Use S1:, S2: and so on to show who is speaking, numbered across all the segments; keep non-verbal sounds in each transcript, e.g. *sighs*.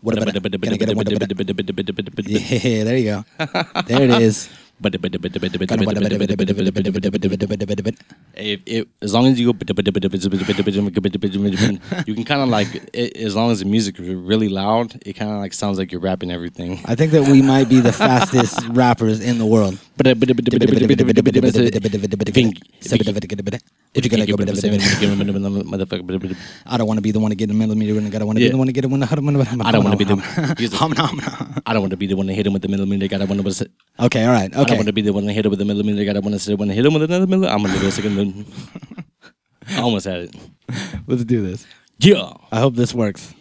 S1: What about it? Can I get a what about it? Yeah, there you go. There it is.
S2: If, if, as long as you go, you can kind of like, it, as long as the music is really loud, it kind of like sounds like you're rapping everything.
S1: I think that we might be the fastest rappers in the world. What you gonna go-
S2: Motherfucker.
S1: I don't want to be the one to get a millimeter in the gut. I want to be
S2: Yeah.
S1: the one to get a one. I don't
S2: don't wanna be the-
S1: I'm not. I'm not.
S2: I don't want to be the one to hit him with the millimeter. I don't want to.
S1: Okay, all right.
S2: I don't
S1: Okay.
S2: want to be the one to hit him with the millimeter. I don't want to sit one to hit him with another millimeter. I'm gonna do a second. mil- I almost had it.
S1: Let's do this.
S2: Yeah.
S1: I hope this works.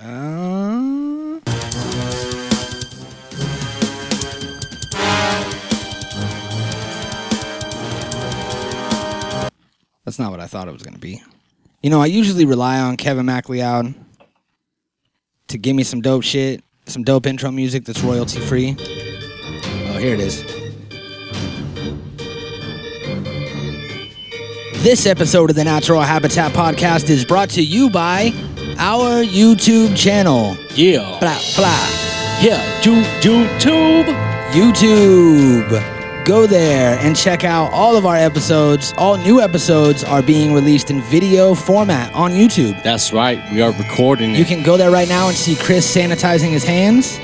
S1: Uh, That's not what I thought it was going to be. You know, I usually rely on Kevin MacLeod to give me some dope shit, some dope intro music that's royalty free. Oh, here it is. This episode of the Natural Habitat Podcast is brought to you by our YouTube channel.
S2: Yeah.
S1: Blah, blah.
S2: Yeah. Ju- YouTube.
S1: YouTube. Go there and check out all of our episodes. All new episodes are being released in video format on YouTube.
S2: That's right. We are recording
S1: You
S2: it.
S1: can go there right now and see Chris sanitizing his hands,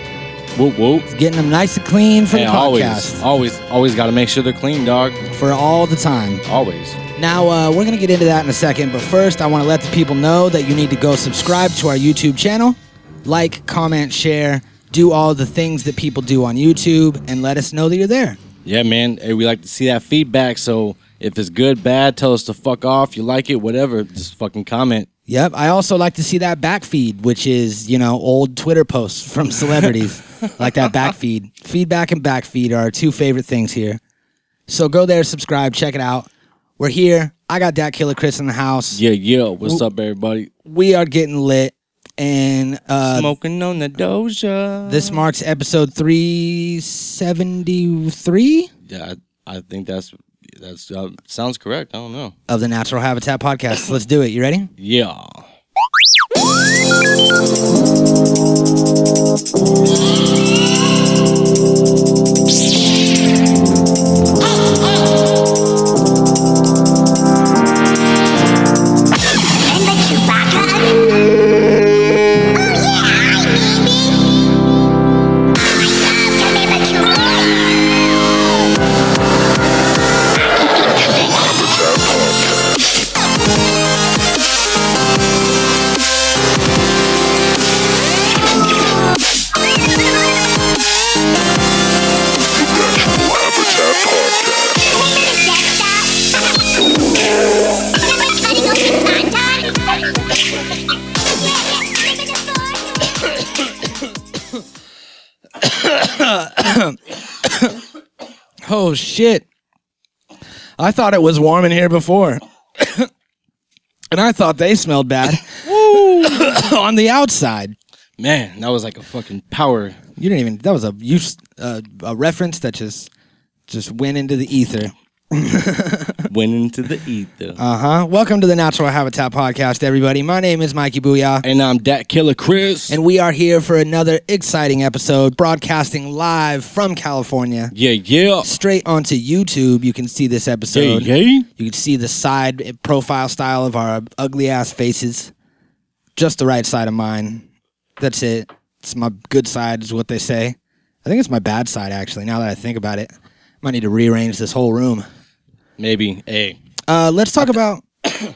S2: Whoop whoop.
S1: getting them nice and clean for
S2: And
S1: the
S2: always,
S1: podcast
S2: always, always got to make sure they're clean, dog.
S1: for all the time.
S2: Always.
S1: Now, uh, we're going to get into that in a second, but first, I want to let the people know that you need to go subscribe to our YouTube channel, like, comment, share, do all the things that people do on YouTube, and let us know that you're there.
S2: Yeah, man. Hey, we like to see that feedback. So if it's good, bad, tell us to fuck off. You like it, whatever. Just fucking comment.
S1: Yep. I also like to see that back feed, which is, you know, old Twitter posts *laughs* from celebrities. like that back feed. Feedback and back feed are our two favorite things here. So go there, subscribe, check it out. We're here. I got Dat Killer Chris in the house.
S2: Yeah, yeah. What's up, everybody?
S1: We are getting lit. And uh,
S2: Smoking on the Doja.
S1: this marks episode 373
S2: Yeah, I, I think that's that's uh, sounds correct. I don't know.
S1: of the Natural Habitat Podcast. Let's do it. You ready?
S2: Yeah.
S3: Remember Chewbacca? Oh yeah, hi baby. I love to remember Chewbacca.
S1: Oh, shit. I thought it was warm in here before. *coughs* and I thought they smelled bad *coughs* on the outside.
S2: Man, that was like a fucking power.
S1: You didn't even. That was a use uh, a reference that just just went into the ether.
S2: Went into the ether.
S1: Uh huh. Welcome to the Natural Habitat Podcast, everybody. My name is Mikey Booyah,
S2: and I'm Dat Killer Chris.
S1: and we are here for another exciting episode, broadcasting live from California,
S2: yeah, yeah.
S1: straight onto YouTube. You can see this
S2: Yeah,
S1: episode.
S2: yeah.
S1: You can see the side profile style of our ugly ass faces, just the right side of mine. That's it. It's my good side, is what they say. I think it's my bad side, actually. Now that I think about it, might need to rearrange this whole room.
S2: Maybe. Hey.
S1: Uh, let's talk about *coughs* let's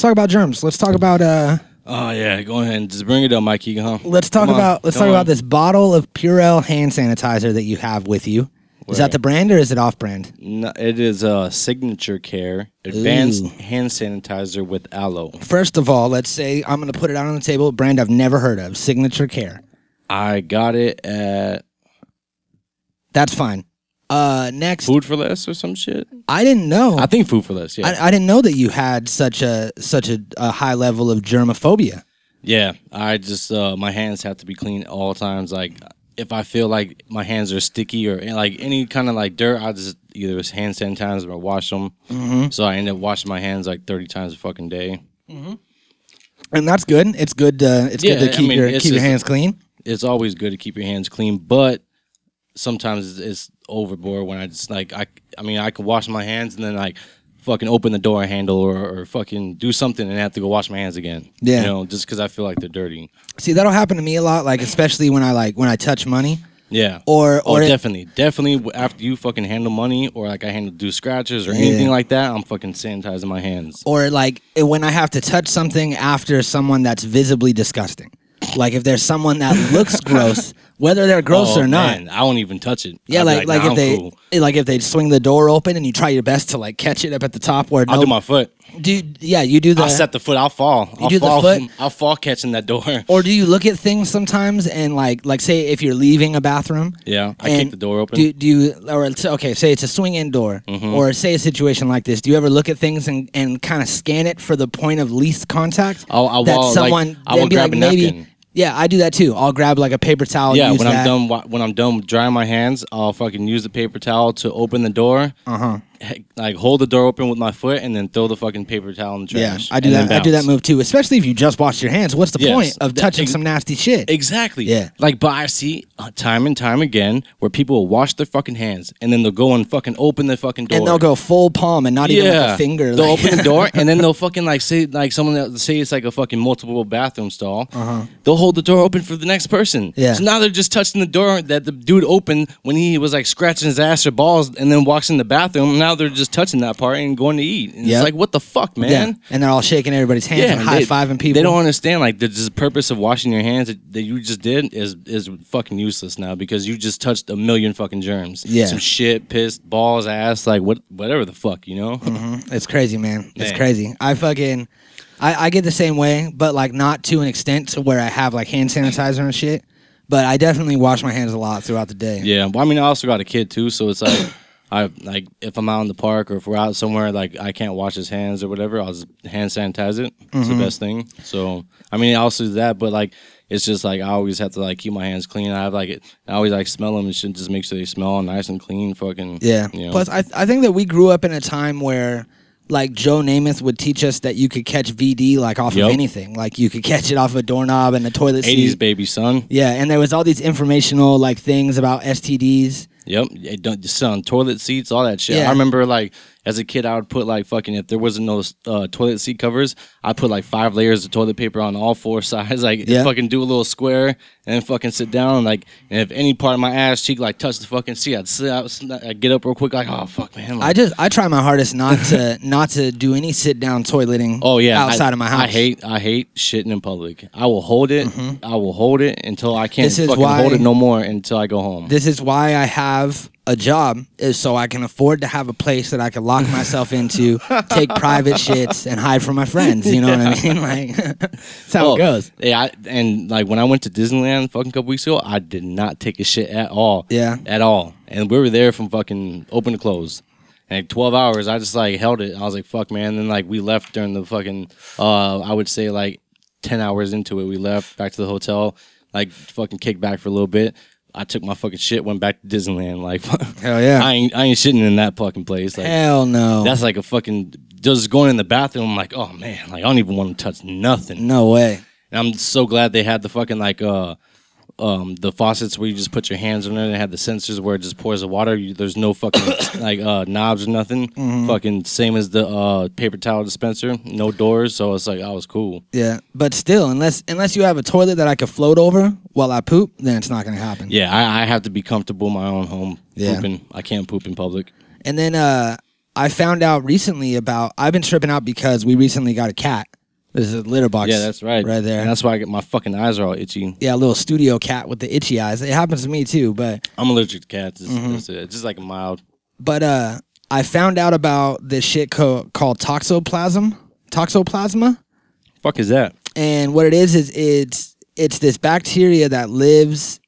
S1: talk about germs. Let's talk about uh,
S2: Oh yeah, go ahead and just bring it up, Mikey. Huh?
S1: let's talk
S2: Come on,
S1: about let's
S2: come
S1: talk
S2: on.
S1: about this bottle of Purell hand sanitizer that you have with you. Is that
S2: Right.
S1: the brand or is it off brand?
S2: No, it is a signature care advanced
S1: Ooh.
S2: hand sanitizer with aloe.
S1: First of all, let's say I'm going to put it out on the table. A brand I've never heard of, Signature Care.
S2: I got it at
S1: That's fine. Uh, next,
S2: Food for Less or some shit.
S1: I didn't know.
S2: I think Food for Less. Yeah,
S1: I, I didn't know that you had such a such a, a high level of germophobia.
S2: yeah. I just uh, my hands have to be clean at all times. Like if I feel like my hands are sticky or like any kind of like dirt, I just either it's hand sanitizer
S1: Mm-hmm.
S2: or wash them. So I end up washing my hands like thirty times a fucking day.
S1: and that's good. It's good. To, it's
S2: Yeah,
S1: good to
S2: I
S1: keep
S2: mean,
S1: your
S2: it's
S1: keep your
S2: just-
S1: hands clean.
S2: It's always good to keep your hands clean, but sometimes it's, it's overboard when I just like I I mean I could wash my hands and then like fucking open the door handle or, or fucking do something and have to go wash my hands again.
S1: Yeah.
S2: you know, just because I feel like they're dirty.
S1: See, that'll happen to me a lot. Like especially when I like when I touch money
S2: Yeah.
S1: or
S2: Oh,
S1: or it-
S2: definitely, definitely. w- After you fucking handle money, or like I handle do scratches or
S1: Yeah.
S2: anything like that, I'm fucking sanitizing my hands.
S1: or like when I have to touch something after someone that's visibly disgusting. Like if there's someone that
S2: *laughs*
S1: looks gross, whether they're gross
S2: Oh,
S1: or not.
S2: man, I won't even touch it.
S1: Yeah,
S2: I'd be
S1: like like,
S2: nah,
S1: if
S2: I'm
S1: they
S2: cool.
S1: like if they swing the door open and you try your best to like catch it up at the top where
S2: I'll
S1: no,
S2: do my foot.
S1: do yeah you do
S2: I'll
S1: the
S2: set the foot. I'll fall. I'll
S1: do the
S2: fall.
S1: foot?
S2: I'll fall catching that door.
S1: or do you look at things sometimes and like like say if you're leaving a bathroom
S2: *laughs* yeah, I
S1: and
S2: keep the door open. Mm-hmm.
S1: Do, do you or it's- okay? Say it's a swing in door, or say a situation like this. Do you ever look at things and, and kind of scan it for the point of least contact?
S2: I'll- I'll-
S1: that
S2: I'll, like,
S1: someone
S2: Oh, I will
S1: and be
S2: grab
S1: like
S2: a
S1: maybe.
S2: napkin.
S1: Yeah, I do that too. I'll grab like a paper towel. and
S2: yeah,
S1: use
S2: when I'm
S1: that.
S2: done, wa- when I'm done drying my hands, I'll fucking use the paper towel to open the door. Uh
S1: Uh-huh.
S2: huh. Like hold the door open with my foot and then throw the fucking paper towel in the
S1: Yeah,
S2: trash.
S1: I do
S2: and then
S1: that. I do that
S2: bounce.
S1: move too, especially if you just wash your hands. What's the
S2: Yes,
S1: point of
S2: that-
S1: touching
S2: ex-
S1: some nasty shit?
S2: Exactly.
S1: Yeah.
S2: Like, but I see uh, time and time again where people will wash their fucking hands and then they'll go and fucking open their fucking door.
S1: and they'll go full palm and not even
S2: yeah.
S1: like a finger.
S2: They'll
S1: like- *laughs*
S2: open the door and then they'll fucking like say like someone that say it's like a fucking multiple bathroom stall. Uh-huh. They'll hold the door open for the next person.
S1: Yeah.
S2: So now they're just touching the door that the dude opened when he was like scratching his ass or balls and then walks in the bathroom. Now they're just touching that part and going to eat. And
S1: Yep.
S2: It's like what the fuck, man.
S1: yeah, and they're all shaking everybody's hands and high
S2: they-
S1: fiving people.
S2: They don't understand like the just purpose of washing your hands that, that you just did is is fucking useless now because you just touched a million fucking germs.
S1: Yeah.
S2: some shit, piss, balls, ass, like what, whatever the fuck, you know.
S1: It's crazy, man. It's
S2: Man.
S1: crazy. I fucking, I, I get the same way, but like not to an extent to where I have like hand sanitizer and shit. But I definitely wash my hands a lot throughout the day.
S2: Yeah, well, I mean, I also got a kid too, so it's like. I like if I'm out in the park or if we're out somewhere, like I can't wash his hands or whatever. I'll just hand sanitize it. It's
S1: Mm-hmm.
S2: the best thing. So I mean, I also do that, but like it's just like I always have to like keep my hands clean. I have like I always like smell them and shit, just make sure they smell nice and clean. Fucking
S1: Yeah.
S2: you know.
S1: Plus, I, I think that we grew up in a time where like Joe Namath would teach us that you could catch VD like off
S2: Yup.
S1: of anything. Like you could catch it off a doorknob and a toilet
S2: eighties
S1: seat.
S2: baby son.
S1: yeah, and there was all these informational like things about STDs.
S2: Yep, it don't just sit on toilet seats, all that shit.
S1: Yeah.
S2: I remember like as a kid, I would put like fucking if there wasn't no uh, toilet seat covers, I put like five layers of toilet paper on all four *laughs* sides. Like
S1: Yeah.
S2: fucking do a little square and then fucking sit down. And, like and if any part of my ass cheek like touched the fucking seat, I'd sit out, I'd get up real quick. Like oh fuck man,
S1: I
S2: like,
S1: just I try my hardest not to *laughs* not to do any sit down toileting.
S2: oh yeah, I-
S1: outside of my house. Mm-hmm.
S2: I hate I hate shitting in public. I will hold it. I will hold it until I can't
S1: This is
S2: fucking
S1: why-
S2: hold it no more until I go home.
S1: this is why I have a job is so I can afford to have a place that I can lock myself
S2: *laughs*
S1: into, take private shits, and hide from my friends. You know what I mean? *laughs*
S2: *laughs*
S1: Like that's how
S2: Oh,
S1: it goes.
S2: Yeah, I, and like when I went to Disneyland fucking couple weeks ago, I did not take a shit at all.
S1: Yeah.
S2: At all. And we were there from fucking open to close. And like 12 hours, I just like held it. I was like, fuck, man. And then like we left during the fucking, uh, I would say like 10 hours into it, we left back to the hotel, like fucking kicked back for a little bit. I took my fucking shit, went back to Disneyland. Like, *laughs*
S1: Hell yeah.
S2: I ain't, I ain't shitting in that fucking place. Like,
S1: Hell no.
S2: that's like a fucking, just going in the bathroom, I'm like, oh man, like I don't even want to touch nothing.
S1: no way.
S2: And I'm so glad they had the fucking like uh um the faucets where you just put your hands on it and had the sensors where it just pours the water. You, there's no fucking *coughs* like uh knobs or nothing.
S1: Mm-hmm.
S2: Fucking same as the uh paper towel dispenser, no doors, so it's like I was cool.
S1: Yeah. But still, unless unless you have a toilet that I could float over while I poop, then it's not gonna happen.
S2: Yeah, I, I have to be comfortable in my own home
S1: Yeah.
S2: pooping. I can't poop in public.
S1: And then uh, I found out recently about I've been tripping out because we recently got a cat. This is a litter box.
S2: Yeah, that's right.
S1: Right there.
S2: And that's why I get my fucking eyes are all itchy.
S1: yeah, a little studio cat with the itchy eyes. It happens to me too, but
S2: I'm allergic to cats. It's,
S1: Mm-hmm.
S2: it's, it's just like a mild.
S1: But uh, I found out about this shit co- called toxoplasm, toxoplasma,
S2: Fuck is that?
S1: and what it is is it's it's this bacteria that lives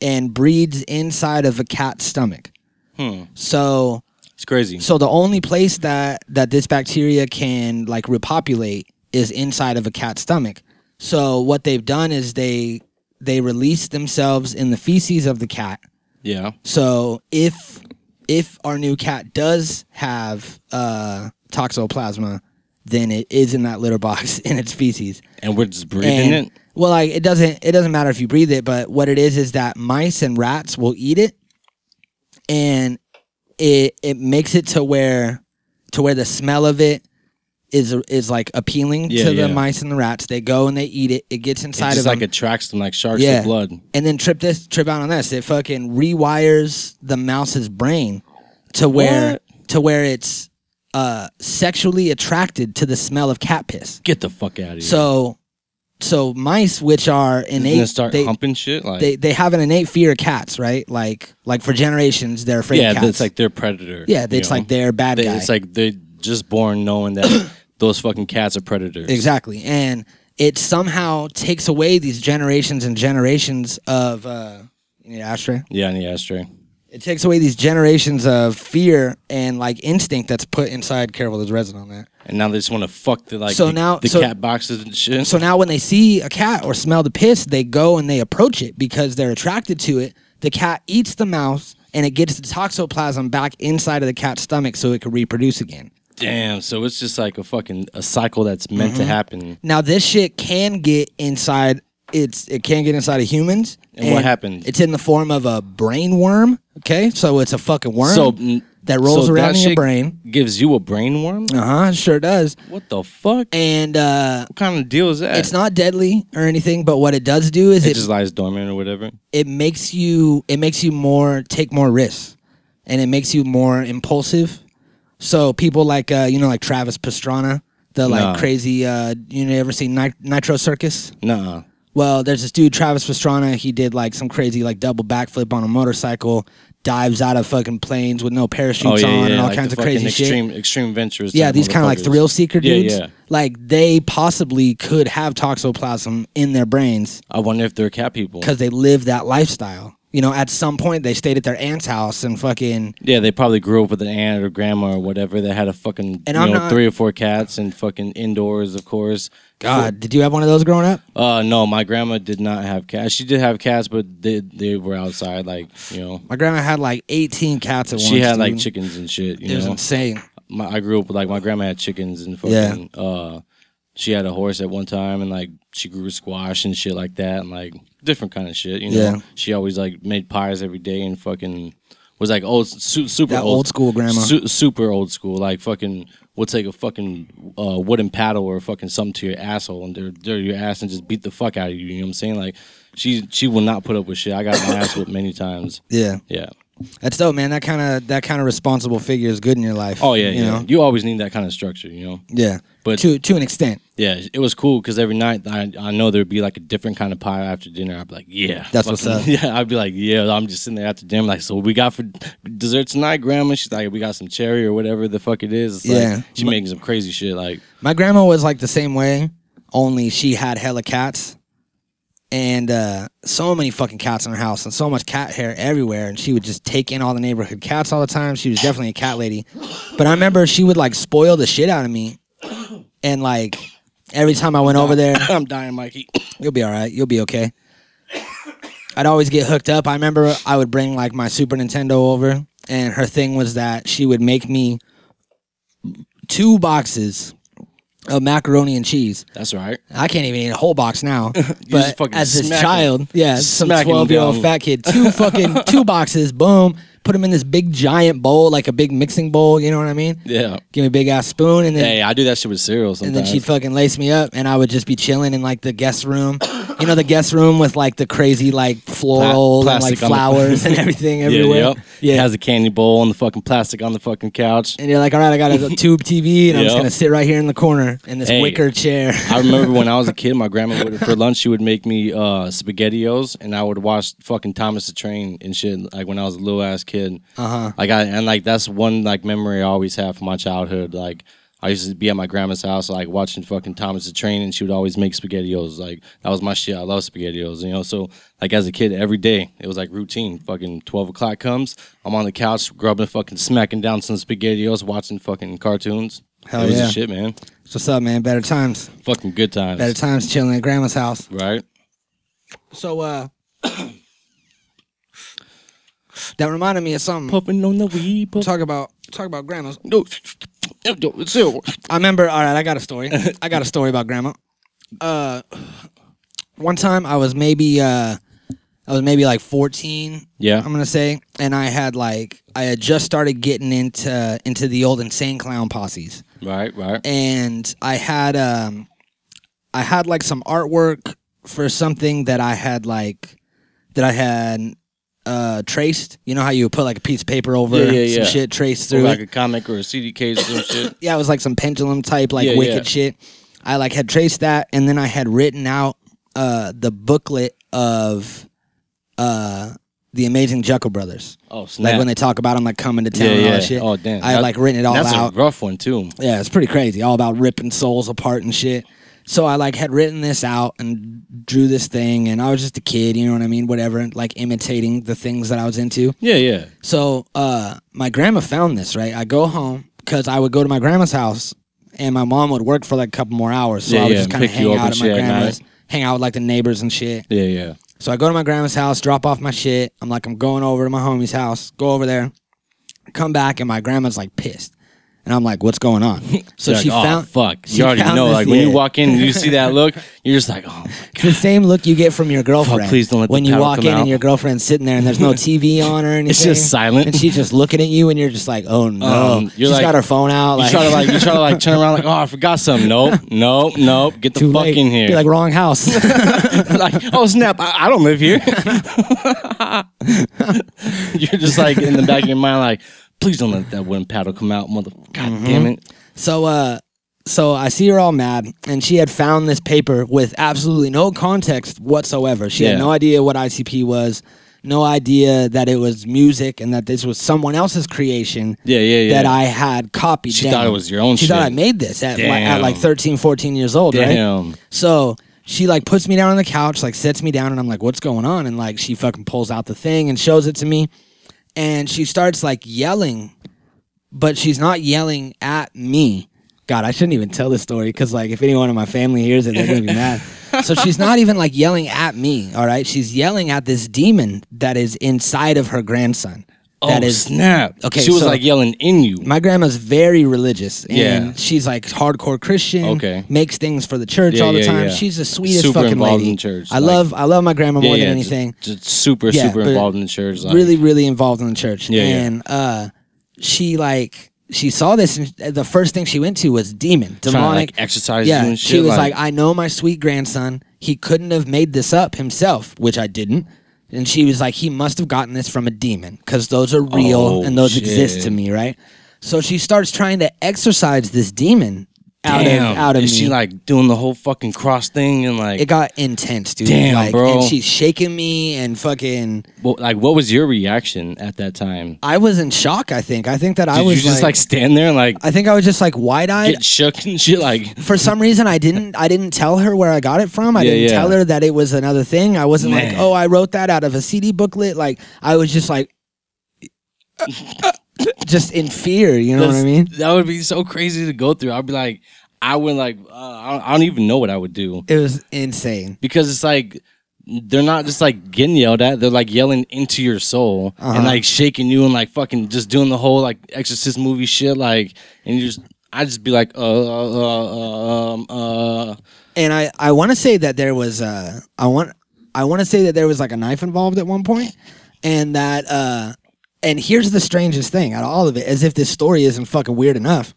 S1: and breeds inside of a cat's stomach.
S2: Hmm.
S1: So
S2: It's crazy.
S1: so the only place that that this bacteria can like repopulate is inside of a cat's stomach. So what they've done is they they release themselves in the feces of the cat.
S2: Yeah.
S1: So if if our new cat does have uh, toxoplasma, than it is in that litter box *laughs* in its feces.
S2: and we're just breathing
S1: And-
S2: it.
S1: Well, like it doesn't it doesn't matter if you breathe it, but what it is is that mice and rats will eat it, and it it makes it to where to where the smell of it is is like appealing
S2: Yeah,
S1: to the
S2: yeah.
S1: mice and the rats. They go and they eat it. It gets
S2: It
S1: inside
S2: just
S1: of them,
S2: like attracts them like sharks
S1: Yeah.
S2: to blood.
S1: and then trip this trip out on this. It fucking rewires the mouse's brain to where to where it's uh sexually attracted to the smell of cat piss.
S2: Get the fuck out of here.
S1: So, so mice, which are
S2: and they
S1: innate,
S2: start
S1: they,
S2: humping shit. Like
S1: they they have an innate fear of cats, right? Like like for generations, they're afraid.
S2: yeah,
S1: of cats.
S2: that's like their predator.
S1: yeah,
S2: you
S1: it's
S2: know?
S1: like they're bad
S2: They-
S1: guy.
S2: It's like they're just born
S1: *coughs*
S2: knowing that those fucking cats are predators.
S1: exactly, and it somehow takes away these generations and generations of uh, you know, ashtray.
S2: Yeah, in the ashtray.
S1: It takes away these generations of fear and like instinct that's put inside. Careful, there's resin on that.
S2: And now they just want to fuck the like
S1: So
S2: the,
S1: now-
S2: the
S1: so-
S2: cat boxes and shit.
S1: So now when they see a cat or smell the piss, they go and they approach it because they're attracted to it. The cat eats the mouse and it gets the toxoplasm back inside of the cat's stomach so it can reproduce again.
S2: Damn. So it's just like a fucking a cycle that's meant
S1: Mm-hmm.
S2: to happen. And,
S1: Now this shit can get inside it's it can get inside of humans.
S2: what happened?
S1: It's in the form of a brain worm. Okay. So it's a fucking worm
S2: So mm,
S1: that rolls
S2: so
S1: around
S2: that
S1: in your
S2: shit
S1: brain.
S2: Gives you a brain worm?
S1: Uh-huh, it sure does.
S2: What the fuck?
S1: And uh
S2: what kind of deal is that?
S1: it's not deadly or anything, but what it does do is
S2: It,
S1: it,
S2: just lies dormant or whatever.
S1: it makes you it makes you more take more risks and it makes you more impulsive so people like uh you know like travis pastrana the like
S2: Nah.
S1: crazy uh you know you ever seen Ni- nitro circus
S2: Nah.
S1: well there's this dude travis pastrana he did like some crazy like double backflip on a motorcycle dives out of fucking planes with no parachutes
S2: Oh yeah,
S1: on
S2: yeah.
S1: and all
S2: like
S1: kinds
S2: the
S1: of crazy
S2: fucking
S1: shit
S2: extreme, extreme ventures.
S1: yeah, these kind of like thrill seeker
S2: Yeah,
S1: dudes.
S2: yeah.
S1: Like they possibly could have toxoplasm in their brains
S2: I wonder if they're cat people.
S1: because they live that lifestyle. You know, at some point they stayed at their aunt's house and fucking.
S2: Yeah, they probably grew up with an aunt or grandma or whatever that had a fucking
S1: And
S2: you
S1: I'm
S2: know
S1: not-
S2: three or four cats and fucking indoors, of course.
S1: God, did you have one of those growing up?
S2: Uh, no, my grandma did not have cats. She did have cats, but they they were outside, like you know.
S1: My grandma had like 18 cats at once.
S2: She had like
S1: dude.
S2: chickens and shit.
S1: It
S2: You
S1: was
S2: know,
S1: insane.
S2: my, I grew up with like my grandma had chickens and
S1: Yeah.
S2: fucking. Uh, she had a horse at one time, and like she grew squash and shit like that, and like different kind of shit. You know,
S1: Yeah.
S2: she always like made pies every day and fucking was like old, su- super
S1: That old school grandma.
S2: su- super old school. Like fucking, would take a fucking uh, wooden paddle or fucking something to your asshole and dirt, dirt your ass and just beat the fuck out of you. You know what I'm saying? Like she she will not put up with shit. I got my ass whipped many times.
S1: Yeah,
S2: Yeah.
S1: that's dope, man. That kind of that kind of responsible figure is good in your life.
S2: Oh yeah.
S1: you
S2: yeah.
S1: know,
S2: You always need that kind of structure. You know.
S1: yeah. But
S2: But-
S1: to to an extent,
S2: Yeah, it was cool because every night I, I know there'd be like a different kind of pie after dinner. I'd be like, yeah,
S1: That's what's
S2: fucking-
S1: up.
S2: *laughs* Yeah, I'd be like, yeah. I'm just sitting there after dinner, like, so what we got for dessert tonight, Grandma? She's like, we got some cherry or whatever the fuck it is. It's
S1: Yeah.
S2: like, she making some crazy shit. Like, *laughs*
S1: my grandma was like the same way. Only she had hella cats, and uh, so many fucking cats in her house, and so much cat hair everywhere. And she would just take in all the neighborhood cats all the time. She was definitely a cat lady. But I remember she would like spoil the shit out of me, and like every time I went over there,
S2: I'm dying, Mikey. *clears throat*
S1: You'll be all right. You'll be okay. I'd always get hooked up. I remember I would bring like my Super Nintendo over, and her thing was that she would make me two boxes of macaroni and cheese.
S2: That's right.
S1: I can't even eat a whole box now,
S2: *laughs* just
S1: but
S2: fucking
S1: as this
S2: smack 'em.
S1: child, yeah, some
S2: Smack 'em
S1: twelve-year-old
S2: down.
S1: fat kid,
S2: *laughs*
S1: two fucking two boxes, boom, put them in this big giant bowl, like a big mixing bowl. You know what I mean?
S2: Yeah.
S1: Give me a big ass spoon, and then
S2: Hey, I do that shit with cereal
S1: and
S2: sometimes.
S1: then she'd fucking lace me up, and I would just be chilling in like the guest room, you know, the guest room with like the crazy like floral and like
S2: plastic on the- *laughs*
S1: flowers and everything
S2: yeah,
S1: everywhere.
S2: yep. yeah. Has a candy bowl and the fucking plastic on the fucking couch.
S1: And you're like, all right, I got
S2: *laughs*
S1: a tube TV, and I'm just
S2: Yep.
S1: gonna sit right here in the corner in this
S2: Hey.
S1: wicker chair. *laughs*
S2: I remember when I was a kid, my grandma would for lunch she would make me uh spaghettios and I would watch fucking Thomas the Train and shit like when I was a little ass kid.
S1: Uh-huh.
S2: Like I and like that's one like memory I always have from my childhood. Like I used to be at my grandma's house like watching fucking Thomas the Train and she would always make spaghettios. Like that was my shit. I love spaghettios, you know. So like as a kid every day it was like routine. Fucking twelve o'clock comes, I'm on the couch grubbing fucking smacking down some spaghettios, watching fucking cartoons.
S1: Hell
S2: it was
S1: yeah.
S2: the shit, man.
S1: What's up, man? Better times,
S2: Fucking good times.
S1: better times, chilling at grandma's house.
S2: right?
S1: So, uh, *coughs* that reminded me of something.
S2: puffing on the weed.
S1: Talk about talk about grandma's.
S2: no.
S1: I remember. All right, I got a story. I got a story about grandma. Uh, one time I was maybe uh, I was maybe like fourteen.
S2: Yeah.
S1: I'm gonna say, and I had like I had just started getting into into the old insane clown posses,
S2: Right, right.
S1: and I had um, I had like some artwork for something that I had like that I had uh traced. You know how you would put like a piece of paper over
S2: Yeah, yeah,
S1: some
S2: yeah.
S1: shit traced
S2: Or
S1: through it
S2: like a comic or a CD case or
S1: *coughs*
S2: some shit.
S1: yeah, it was like some pendulum type, like
S2: Yeah,
S1: wicked
S2: yeah.
S1: shit. I like had traced that, and then I had written out uh, the booklet of uh, the Amazing Jekyll Brothers.
S2: Oh,
S1: Like
S2: snap.
S1: when they talk about them, like coming to town
S2: Yeah,
S1: and all
S2: yeah.
S1: that shit.
S2: Oh, damn.
S1: I had
S2: That-
S1: like written it all
S2: That's
S1: out.
S2: a rough one too.
S1: Yeah, it's pretty crazy. All about ripping souls apart and shit. So I like had written this out and drew this thing, and I was just a kid, you know what I mean? Whatever, and, like imitating the things that I was into.
S2: Yeah, yeah.
S1: So uh, my grandma found this, right? I go home because I would go to my grandma's house and my mom would work for like a couple more hours. So
S2: Yeah,
S1: I would
S2: yeah,
S1: just
S2: and
S1: kind of
S2: pick you
S1: hang
S2: up
S1: out
S2: and
S1: at my
S2: shit at
S1: grandma's,
S2: night.
S1: hang out with like the neighbors and shit.
S2: Yeah, yeah.
S1: So I go to my grandma's house, drop off my shit. I'm like, I'm going over to my homie's house, go over there, come back, and my grandma's like pissed. And I'm like, what's going
S2: *laughs*
S1: on? So
S2: You're
S1: she
S2: like, oh,
S1: found
S2: fuck.
S1: she
S2: You already
S1: found
S2: know.
S1: this-
S2: Like when you
S1: yeah.
S2: walk in and you see that
S1: *laughs*
S2: look, you're just like, oh my
S1: It's the same look you get from your girlfriend.
S2: please don't let the
S1: when you
S2: paddle
S1: walk
S2: come
S1: in
S2: out.
S1: and your girlfriend's sitting there and there's
S2: *laughs*
S1: no TV on or anything.
S2: It's just silent.
S1: and she's just looking at you, and you're just like, "Oh no!"
S2: Um,
S1: She's
S2: you're like-
S1: got her phone out.
S2: You
S1: like, *laughs*
S2: try to like, you try to like turn around, like, oh, I forgot something. Nope, nope, nope. Get the
S1: too
S2: fuck
S1: late.
S2: in here.
S1: Be like, "Wrong house."
S2: *laughs* like, oh snap, I, I don't live here. *laughs* You're just like in the back of your mind, like, please don't let that wooden paddle come out, mother. God
S1: Mm-hmm.
S2: damn it.
S1: so, uh, so I see her all mad, and she had found this paper with absolutely no context whatsoever. She
S2: Yeah.
S1: had no idea what ICP was, no idea that it was music, and that this was someone else's creation.
S2: Yeah, yeah, yeah.
S1: that I had copied.
S2: She
S1: down.
S2: thought it was your own
S1: She thought
S2: shit.
S1: I made this at, like, at like
S2: Damn.
S1: 13, 14 years old, right?
S2: Damn.
S1: So she like puts me down on the couch, like sets me down, and I'm like, what's going on? And like she fucking pulls out the thing and shows it to me. And she starts like yelling, but she's not yelling at me. God, I shouldn't even tell this story because like if anyone in my family hears it, they're gonna be mad. So she's not even like yelling at me, all right? She's yelling at this demon that is inside of her grandson.
S2: Oh
S1: that is
S2: snap.
S1: Okay,
S2: She was
S1: so-
S2: like yelling in you.
S1: my grandma's very religious and
S2: Yeah.
S1: she's like hardcore christian
S2: Okay.
S1: makes things for the church
S2: Yeah,
S1: all the
S2: yeah,
S1: time
S2: yeah.
S1: she's the sweetest
S2: Super
S1: fucking
S2: involved
S1: lady
S2: in church,
S1: i
S2: like-
S1: love i love my grandma more than
S2: just-
S1: anything
S2: Just, super,
S1: Yeah,
S2: super
S1: but
S2: involved in the church. Like,
S1: really really involved in the church
S2: Yeah, yeah.
S1: and uh she like she saw this and the first thing she went to was demon
S2: trying to
S1: demonic
S2: like exercise you
S1: yeah
S2: and
S1: she
S2: shit.
S1: was like, i know my sweet grandson he couldn't have made this up himself which i didn't and she was like he must have gotten this from a demon because those are real
S2: Oh,
S1: and those exist
S2: shit.
S1: to me right so she starts trying to exorcise this demon out
S2: damn.
S1: of out of
S2: is
S1: me
S2: she like doing the whole fucking cross thing and like,
S1: it got intense dude
S2: Damn,
S1: like
S2: bro.
S1: and she's shaking me and fucking
S2: what, like what was your reaction at that time?
S1: i was in shock i think i think that i
S2: Did
S1: was
S2: you just like, stand there and like
S1: i think i was just like wide-eyed
S2: get shook and shit? Like,
S1: for some reason I didn't I didn't tell her where I got it from. I
S2: Yeah,
S1: didn't
S2: yeah.
S1: tell her that it was another thing. I wasn't like,
S2: Man.
S1: "Oh, I wrote that out of a CD booklet." Like I was just
S2: *laughs*
S1: like just in fear, you know what I
S2: That's-
S1: mean?
S2: That would be so crazy to go through. I'd be like, I would like, uh, I, don't, I don't even know what I would do
S1: It was insane.
S2: because it's like they're not just like getting yelled at; they're like yelling into your soul
S1: Uh-huh.
S2: and like shaking you and like fucking just doing the whole like Exorcist movie shit. Like, and you just, I just be like, uh, uh, uh, um, uh,
S1: And I I want to say that there was uh I want I want to say that there was like a knife involved at one point and that uh and here's the strangest thing out of all of it as if this story isn't fucking weird enough.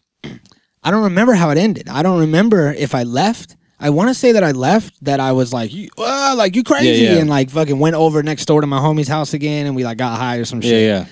S1: I don't remember how it ended. I don't remember if I left. I want to say that I left, that I was like, you, ah, like you crazy,
S2: yeah.
S1: and like fucking went over next door to my homie's house again, and we like got high or some
S2: yeah,
S1: shit.
S2: yeah.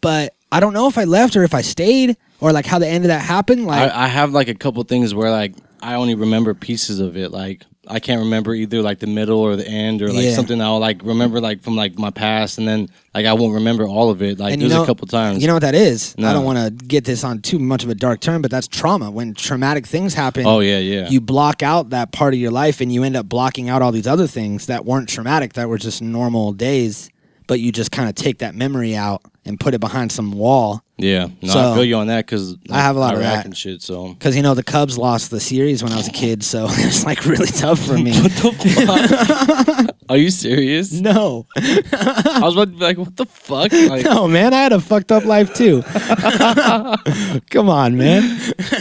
S1: But I don't know if I left or if I stayed or like how the end of that happened. Like,
S2: I, I have like a couple things where like I only remember pieces of it. Like I can't remember either like the middle or the end or like
S1: Yeah.
S2: something I'll like remember like from like my past and then like I won't remember all of it. Like
S1: and
S2: there's
S1: you know,
S2: a couple times.
S1: You know what that is? I
S2: No.
S1: don't want to get this on too much of a dark term, but that's trauma. When traumatic things happen,
S2: Oh yeah, yeah.
S1: you block out that part of your life and you end up blocking out all these other things that weren't traumatic that were just normal days but you just kind of take that memory out and put it behind some wall
S2: Yeah, no,
S1: So,
S2: I feel you on that because
S1: I have a lot of
S2: Iraq
S1: that.
S2: and shit.
S1: *laughs*
S2: So
S1: Because you know the Cubs lost the series when I was a kid, so *laughs* it was like really tough for *laughs* me.
S2: are you serious?
S1: no,
S2: I was about to be like, what
S1: *laughs*
S2: the fuck? Like, no.
S1: no, man, I had a fucked up life too. *laughs* Come on, man.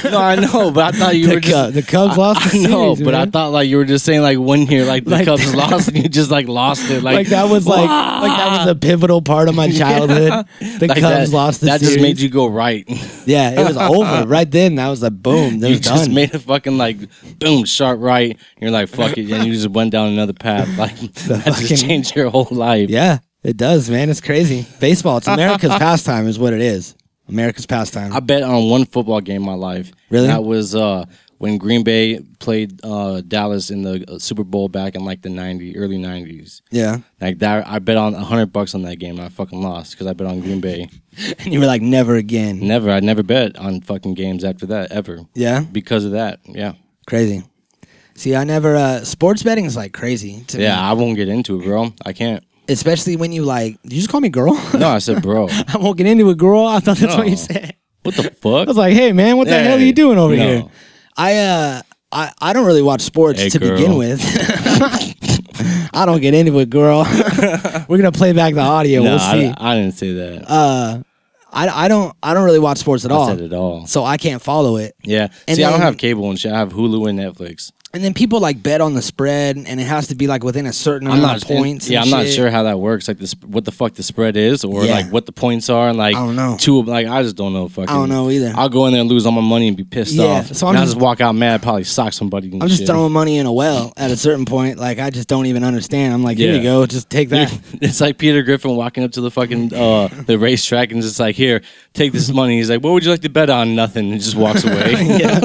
S2: I know, but I thought you
S1: The,
S2: were
S1: Cu-
S2: just.
S1: the Cubs *laughs* lost the
S2: I know,
S1: series,
S2: but I
S1: man.
S2: thought like you were just saying like one year like the
S1: Like
S2: Cubs
S1: that.
S2: lost and you just like lost it like,
S1: like that was like like that
S2: *laughs*
S1: was a pivotal part of my childhood. The
S2: like
S1: Cubs
S2: that,
S1: lost the
S2: that
S1: series.
S2: just made you go right. *laughs*
S1: yeah, it was over right then. That was a boom. That
S2: you
S1: was
S2: just
S1: done.
S2: made a fucking like boom sharp right. And you're like fuck it, and you just went down another path. *laughs* Like that
S1: fucking-
S2: just changed your whole life.
S1: yeah, it does, man. It's crazy. Baseball. It's
S2: *laughs*
S1: America's pastime, is what it is. America's pastime.
S2: I bet on one football game in my life.
S1: Really?
S2: That was uh, when Green Bay played uh, Dallas in the uh, Super Bowl back in like the 90s, early 90s.
S1: yeah,
S2: Like that, I bet on 100 bucks on that game and I fucking lost because I bet on Green Bay.
S1: and you were like, never again.
S2: Never, I never bet on fucking games after that, ever.
S1: Yeah,
S2: Because of that, yeah.
S1: crazy. See, I never. Uh, sports betting is like crazy to
S2: Yeah,
S1: me,
S2: I won't get into it, bro. I can't.
S1: especially when you like. Did you just call me girl? *laughs*
S2: No, I said, bro,
S1: I won't get into it, girl. I thought that's what you
S2: No.
S1: said.
S2: what the
S1: I was
S2: fuck?
S1: like, hey man, what the hell are you
S2: Hey,
S1: doing over
S2: no.
S1: here? I uh I, I don't really watch sports
S2: Hey,
S1: to
S2: girl.
S1: begin with. *laughs* I don't get into it, girl. *laughs* We're gonna play back the audio.
S2: No,
S1: we'll see.
S2: I, I didn't say that.
S1: I, I don't I don't really watch sports at
S2: I
S1: all.
S2: said it all.
S1: So I can't follow it.
S2: Yeah. See,
S1: and
S2: I don't
S1: Oh. then-
S2: have cable and shit. I have Hulu and Netflix.
S1: And then people like bet on the spread and it has to be like within a certain
S2: I'm
S1: amount
S2: not
S1: of points.
S2: yeah, I'm
S1: and
S2: not
S1: shit.
S2: sure how that works. Like this, what the fuck the spread is, or
S1: Yeah.
S2: like what the points are, and like
S1: I don't know.
S2: Two of like I just don't know. Fucking,
S1: I don't know either.
S2: I'll go in there and lose all my money and be pissed
S1: Yeah,
S2: off.
S1: so
S2: So
S1: I'm
S2: I'm and I'll
S1: just-
S2: just walk out mad, probably sock somebody. And
S1: I'm just
S2: shit. *laughs*
S1: throwing money in a well at a certain point. Like I just don't even understand. I'm like, here
S2: Yeah.
S1: you go, just take
S2: *laughs*
S1: that.
S2: It's like Peter Griffin walking up to the fucking uh, the racetrack and just like, here, take this money. He's like, what would you like to bet on? Nothing, and just
S1: *laughs*
S2: walks away. *laughs* yeah.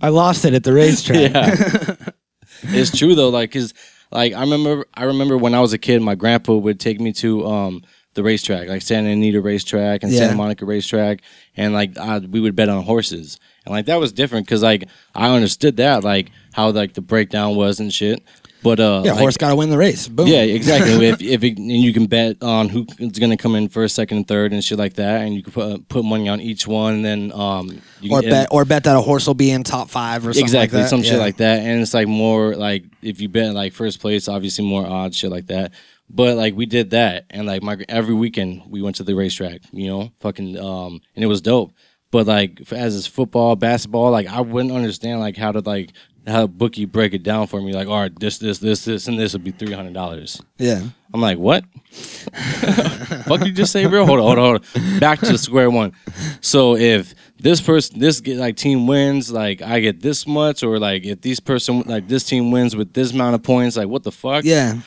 S1: I lost it at the racetrack.
S2: it's true though, like, cause like I remember, I remember when I was a kid, my grandpa would take me to um the racetrack, like Santa Anita racetrack and
S1: Yeah.
S2: Santa Monica racetrack, and like I, we would bet on horses, and like that was different, cause like I understood that, like how like the breakdown was and shit, but uh,
S1: Yeah,
S2: like,
S1: horse gotta win the race. Boom. *laughs*
S2: Yeah, exactly. if if it, and you can bet on who's going to come in first, second, and third, and shit like that, and you can put, put money on each one, and then um, you
S1: Or
S2: can,
S1: bet or bet that a horse will be in top five or something.
S2: exactly
S1: like that.
S2: some
S1: Yeah.
S2: shit like that, and it's like more like if you bet like first place, obviously more odds, shit like that. But like we did that, and like my every weekend we went to the racetrack, you know, fucking um, and it was dope. But like for, as it's football, basketball, like I wouldn't understand like how to like how bookie break it down for me. Like all right, this, this, this, this, and this would be three hundred dollars.
S1: Yeah.
S2: I'm like, what? *laughs* Fuck you just say, bro. Hold on, hold on, hold on. Back to square one. So if this person, this get, like team wins, like I get this much, or like if this person, like this team wins with this amount of points, like what the fuck?
S1: Yeah.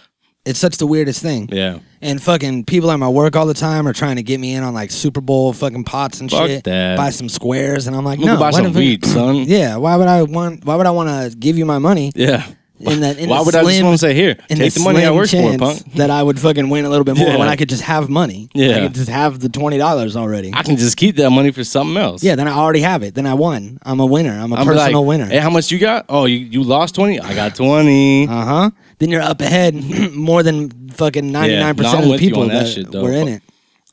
S1: It's such the weirdest thing.
S2: yeah.
S1: And fucking people at my work all the time are trying to get me in on like Super Bowl fucking pots and
S2: Fuck
S1: shit.
S2: that.
S1: Buy some squares and I'm like,
S2: I'm
S1: no,
S2: gonna buy
S1: why
S2: some
S1: the-
S2: weed, son.
S1: *laughs* Yeah, why would I want why would I want to give you my money
S2: Yeah.
S1: in that in
S2: *laughs* Why
S1: the
S2: would
S1: slim,
S2: I just want to say here?
S1: in
S2: Take the money I
S1: slim
S2: worked for,
S1: chance
S2: punk. *laughs*
S1: that I would fucking win a little bit more
S2: Yeah.
S1: when I could just have money. I
S2: Yeah.
S1: could just have the $20 already.
S2: I can just keep that money for something else.
S1: yeah, then I already have it. Then I won. I'm a winner. I'm a
S2: I'm like,
S1: personal winner.
S2: Hey, how much you got? Oh, you, you lost twenty. I got twenty.
S1: Uh huh. Then you're up ahead *clears throat* more than fucking ninety nine
S2: Uh-huh. Yeah, no,
S1: percent
S2: I'm
S1: of the
S2: with you
S1: people
S2: on that
S1: that,
S2: shit, though.
S1: were in it.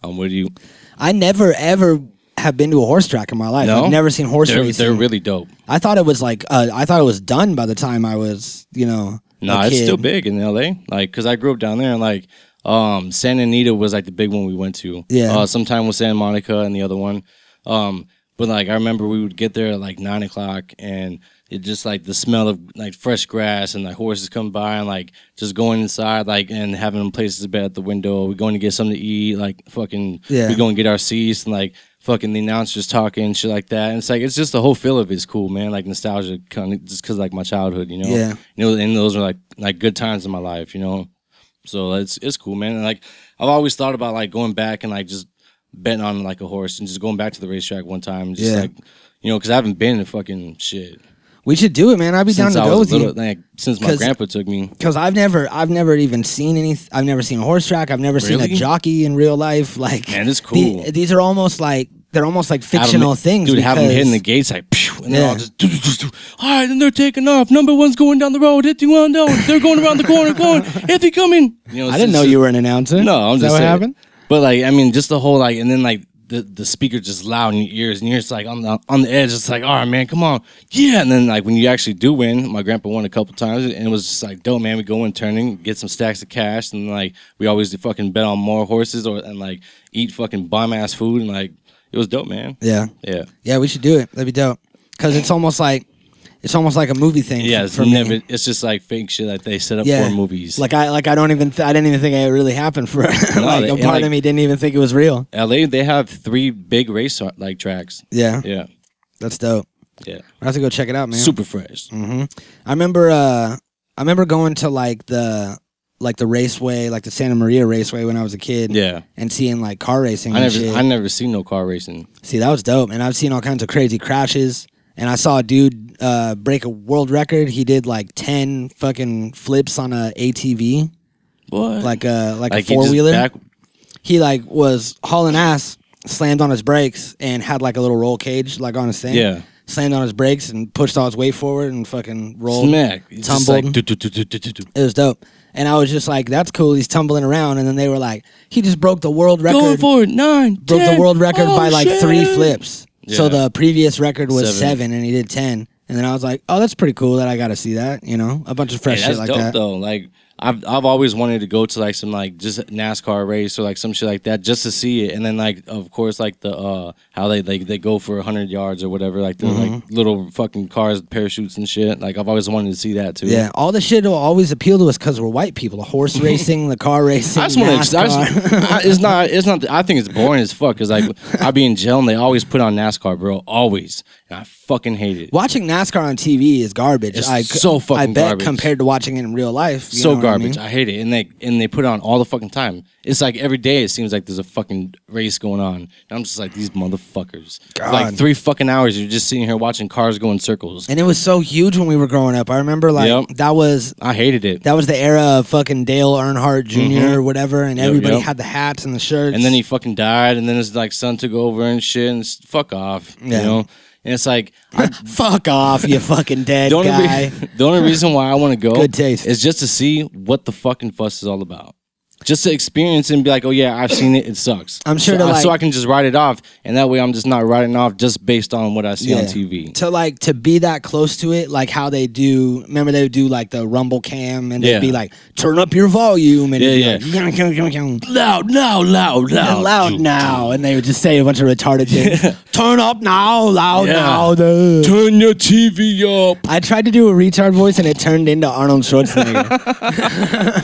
S2: I'm with you.
S1: I never ever have been to a horse track in my life.
S2: No,
S1: I've never seen horse
S2: They're,
S1: racing.
S2: they're really dope.
S1: I thought it was like uh, I thought it was done by the time I was you know.
S2: No,
S1: a
S2: it's
S1: kid.
S2: still big in LA. Like, cause I grew up down there, and like, um, Santa Anita was like the big one we went to.
S1: Yeah.
S2: Uh, sometime with Santa Monica and the other one. Um, but like I remember we would get there at like nine o'clock, and it just like the smell of like fresh grass and like horses coming by, and like just going inside, like and having places to bed at the window. We're going to get something to eat, like fucking.
S1: Yeah.
S2: We go and get our seats, and like fucking the announcers talking and shit like that. And it's like it's just the whole feel of it's cool, man. Like nostalgia, kind of just cause like my childhood, you know know?
S1: Yeah.
S2: You know, and those are like like good times in my life, you know. So it's it's cool, man. And like I've always thought about like going back and like just betting on like a horse and just going back to the racetrack one time, and just
S1: Yeah.
S2: like you know, because I haven't been to fucking shit
S1: We should do it, man. I'd be
S2: since
S1: down
S2: I
S1: to go
S2: was
S1: with
S2: little,
S1: you
S2: like since my
S1: 'Cause-
S2: grandpa took me.
S1: because I've never I've never even seen any I've never seen a horse track. I've never seen a
S2: Really?
S1: jockey in real life. *laughs* Like
S2: Man, it's
S1: the-
S2: cool.
S1: these are almost like they're almost like
S2: Have 'em-
S1: fictional things.
S2: dude. Have them
S1: because-
S2: hitting the gates like, pew, and they're all
S1: Yeah.
S2: just, do, do, do, do. all right, and they're taking off. Number one's going down the road, hitting one down. They're going around the corner, going, if he coming. You know,
S1: I didn't know you were an announcer.
S2: No, I'm
S1: Is
S2: just
S1: that what
S2: saying.
S1: happened.
S2: But like, I mean, just the whole like, and then like the the speaker just loud in your ears, and you're just like on the on the edge. It's like, all right, man, come on, yeah. And then like when you actually do win, my grandpa won a couple times, and it was just like, dope, man. We go in turning, get some stacks of cash, and like we always fucking bet on more horses or and like eat fucking bum ass food, and like it was dope, man.
S1: Yeah.
S2: Yeah.
S1: Yeah, we should do it. That'd be dope. Cause it's almost like it's almost like a movie thing.
S2: Yeah,
S1: f-
S2: it's
S1: for me.
S2: never. It's just like fake shit that they set up
S1: Yeah,
S2: for movies.
S1: Like I like I don't even th- I didn't even think it really happened for *laughs* like
S2: they-
S1: a
S2: and,
S1: part
S2: like-
S1: of me didn't even think it was real.
S2: LA, they have three big race tra- like tracks.
S1: Yeah,
S2: Yeah,
S1: that's dope.
S2: yeah,
S1: I have to go check it out, man. Mm-hmm.
S2: super fresh.
S1: I remember uh I remember going to like the like the raceway, like the Santa Maria Raceway when I was a kid.
S2: Yeah,
S1: And seeing like car racing
S2: I
S1: and
S2: never,
S1: shit.
S2: I never seen no car racing.
S1: See, that was dope. And I've seen all kinds of crazy crashes. And I saw a dude uh, break a world record. He did like ten fucking flips on a ATV,
S2: What?
S1: like a like, a
S2: you
S1: four
S2: just
S1: wheeler.
S2: back-
S1: He like was hauling ass, slammed on his brakes, and had like a little roll cage like on his thing.
S2: Yeah.
S1: Slammed on his brakes and pushed all his weight forward and fucking rolled.
S2: Smack. It's just
S1: tumbled.
S2: like do, do, do, do, do, do, do.
S1: It was dope. And I was just like, that's cool. He's tumbling around. And then they were like, he just broke the world record.
S2: Going forward, nine.
S1: broke the
S2: 10.
S1: world record
S2: Oh,
S1: by like
S2: shit.
S1: three flips. So
S2: Yeah.
S1: the previous record was
S2: Seven.
S1: seven. and he did ten. And then I was like, oh, that's pretty cool that I got to see that. You know, a bunch of fresh
S2: Yeah,
S1: shit
S2: that's
S1: like
S2: dope
S1: that.
S2: though. Like I've I've always wanted to go to like some like just NASCAR race or like some shit like that just to see it. And then like of course like the uh how they like they go for hundred yards or whatever like the like
S1: Mm-hmm.
S2: little fucking cars parachutes and shit. Like I've always wanted to see that too.
S1: Yeah, all the shit will always appeal to us because we're white people. The
S2: *laughs*
S1: horse racing, the car racing,
S2: I just want to.
S1: NASCAR. *laughs*
S2: I, it's not. It's not. I think it's boring as fuck. Cause like I be in jail and they always put on NASCAR, bro. Always. And I fucking hate it.
S1: watching NASCAR on TV is garbage.
S2: It's
S1: I,
S2: so fucking
S1: I bet
S2: garbage.
S1: compared to watching it in real life. you
S2: so
S1: know what I
S2: garbage.
S1: mean?
S2: I hate it. And they and they put it on all the fucking time. It's like every day it seems like there's a fucking race going on. And I'm just like these motherfuckers. For Like
S1: God.
S2: three fucking hours you're just sitting here watching cars go in circles.
S1: And it was so huge when we were growing up. I remember like
S2: Yep.
S1: that was
S2: I hated it.
S1: that was the era of fucking Dale Earnhardt junior or whatever, and everybody
S2: Mm-hmm. yep.
S1: had the hats and the shirts.
S2: and then he fucking died and then his like son took over and shit and s- fuck off.
S1: Yeah.
S2: You know? And it's like I
S1: fuck off, you fucking dead
S2: the only,
S1: guy.
S2: re- *laughs* the only reason why I want to go
S1: Good taste.
S2: is just to see what the fucking fuss is all about. Just to experience it and be like, oh yeah, I've seen it. It sucks.
S1: I'm sure
S2: So,
S1: to,
S2: I- so
S1: like-
S2: I can just write it off, and that way I'm just not writing off just based on what I see on
S1: Yeah.
S2: TV.
S1: to like to be that close to it, like how they do. Remember they would do like the rumble cam, and
S2: Yeah.
S1: they'd be like, "Turn up your volume," and
S2: Yeah, Oh,
S1: it'd be like, "Yum, yum, yum, yum."
S2: Loud, loud, loud,
S1: And loud now, and they would just say a bunch of
S2: *laughs*
S1: retarded things. Turn up now, loud
S2: Yeah.
S1: now. duh."
S2: Turn your TV up.
S1: I tried to do a retard voice, and it turned into Arnold
S2: *laughs*
S1: Schwarzenegger. *laughs*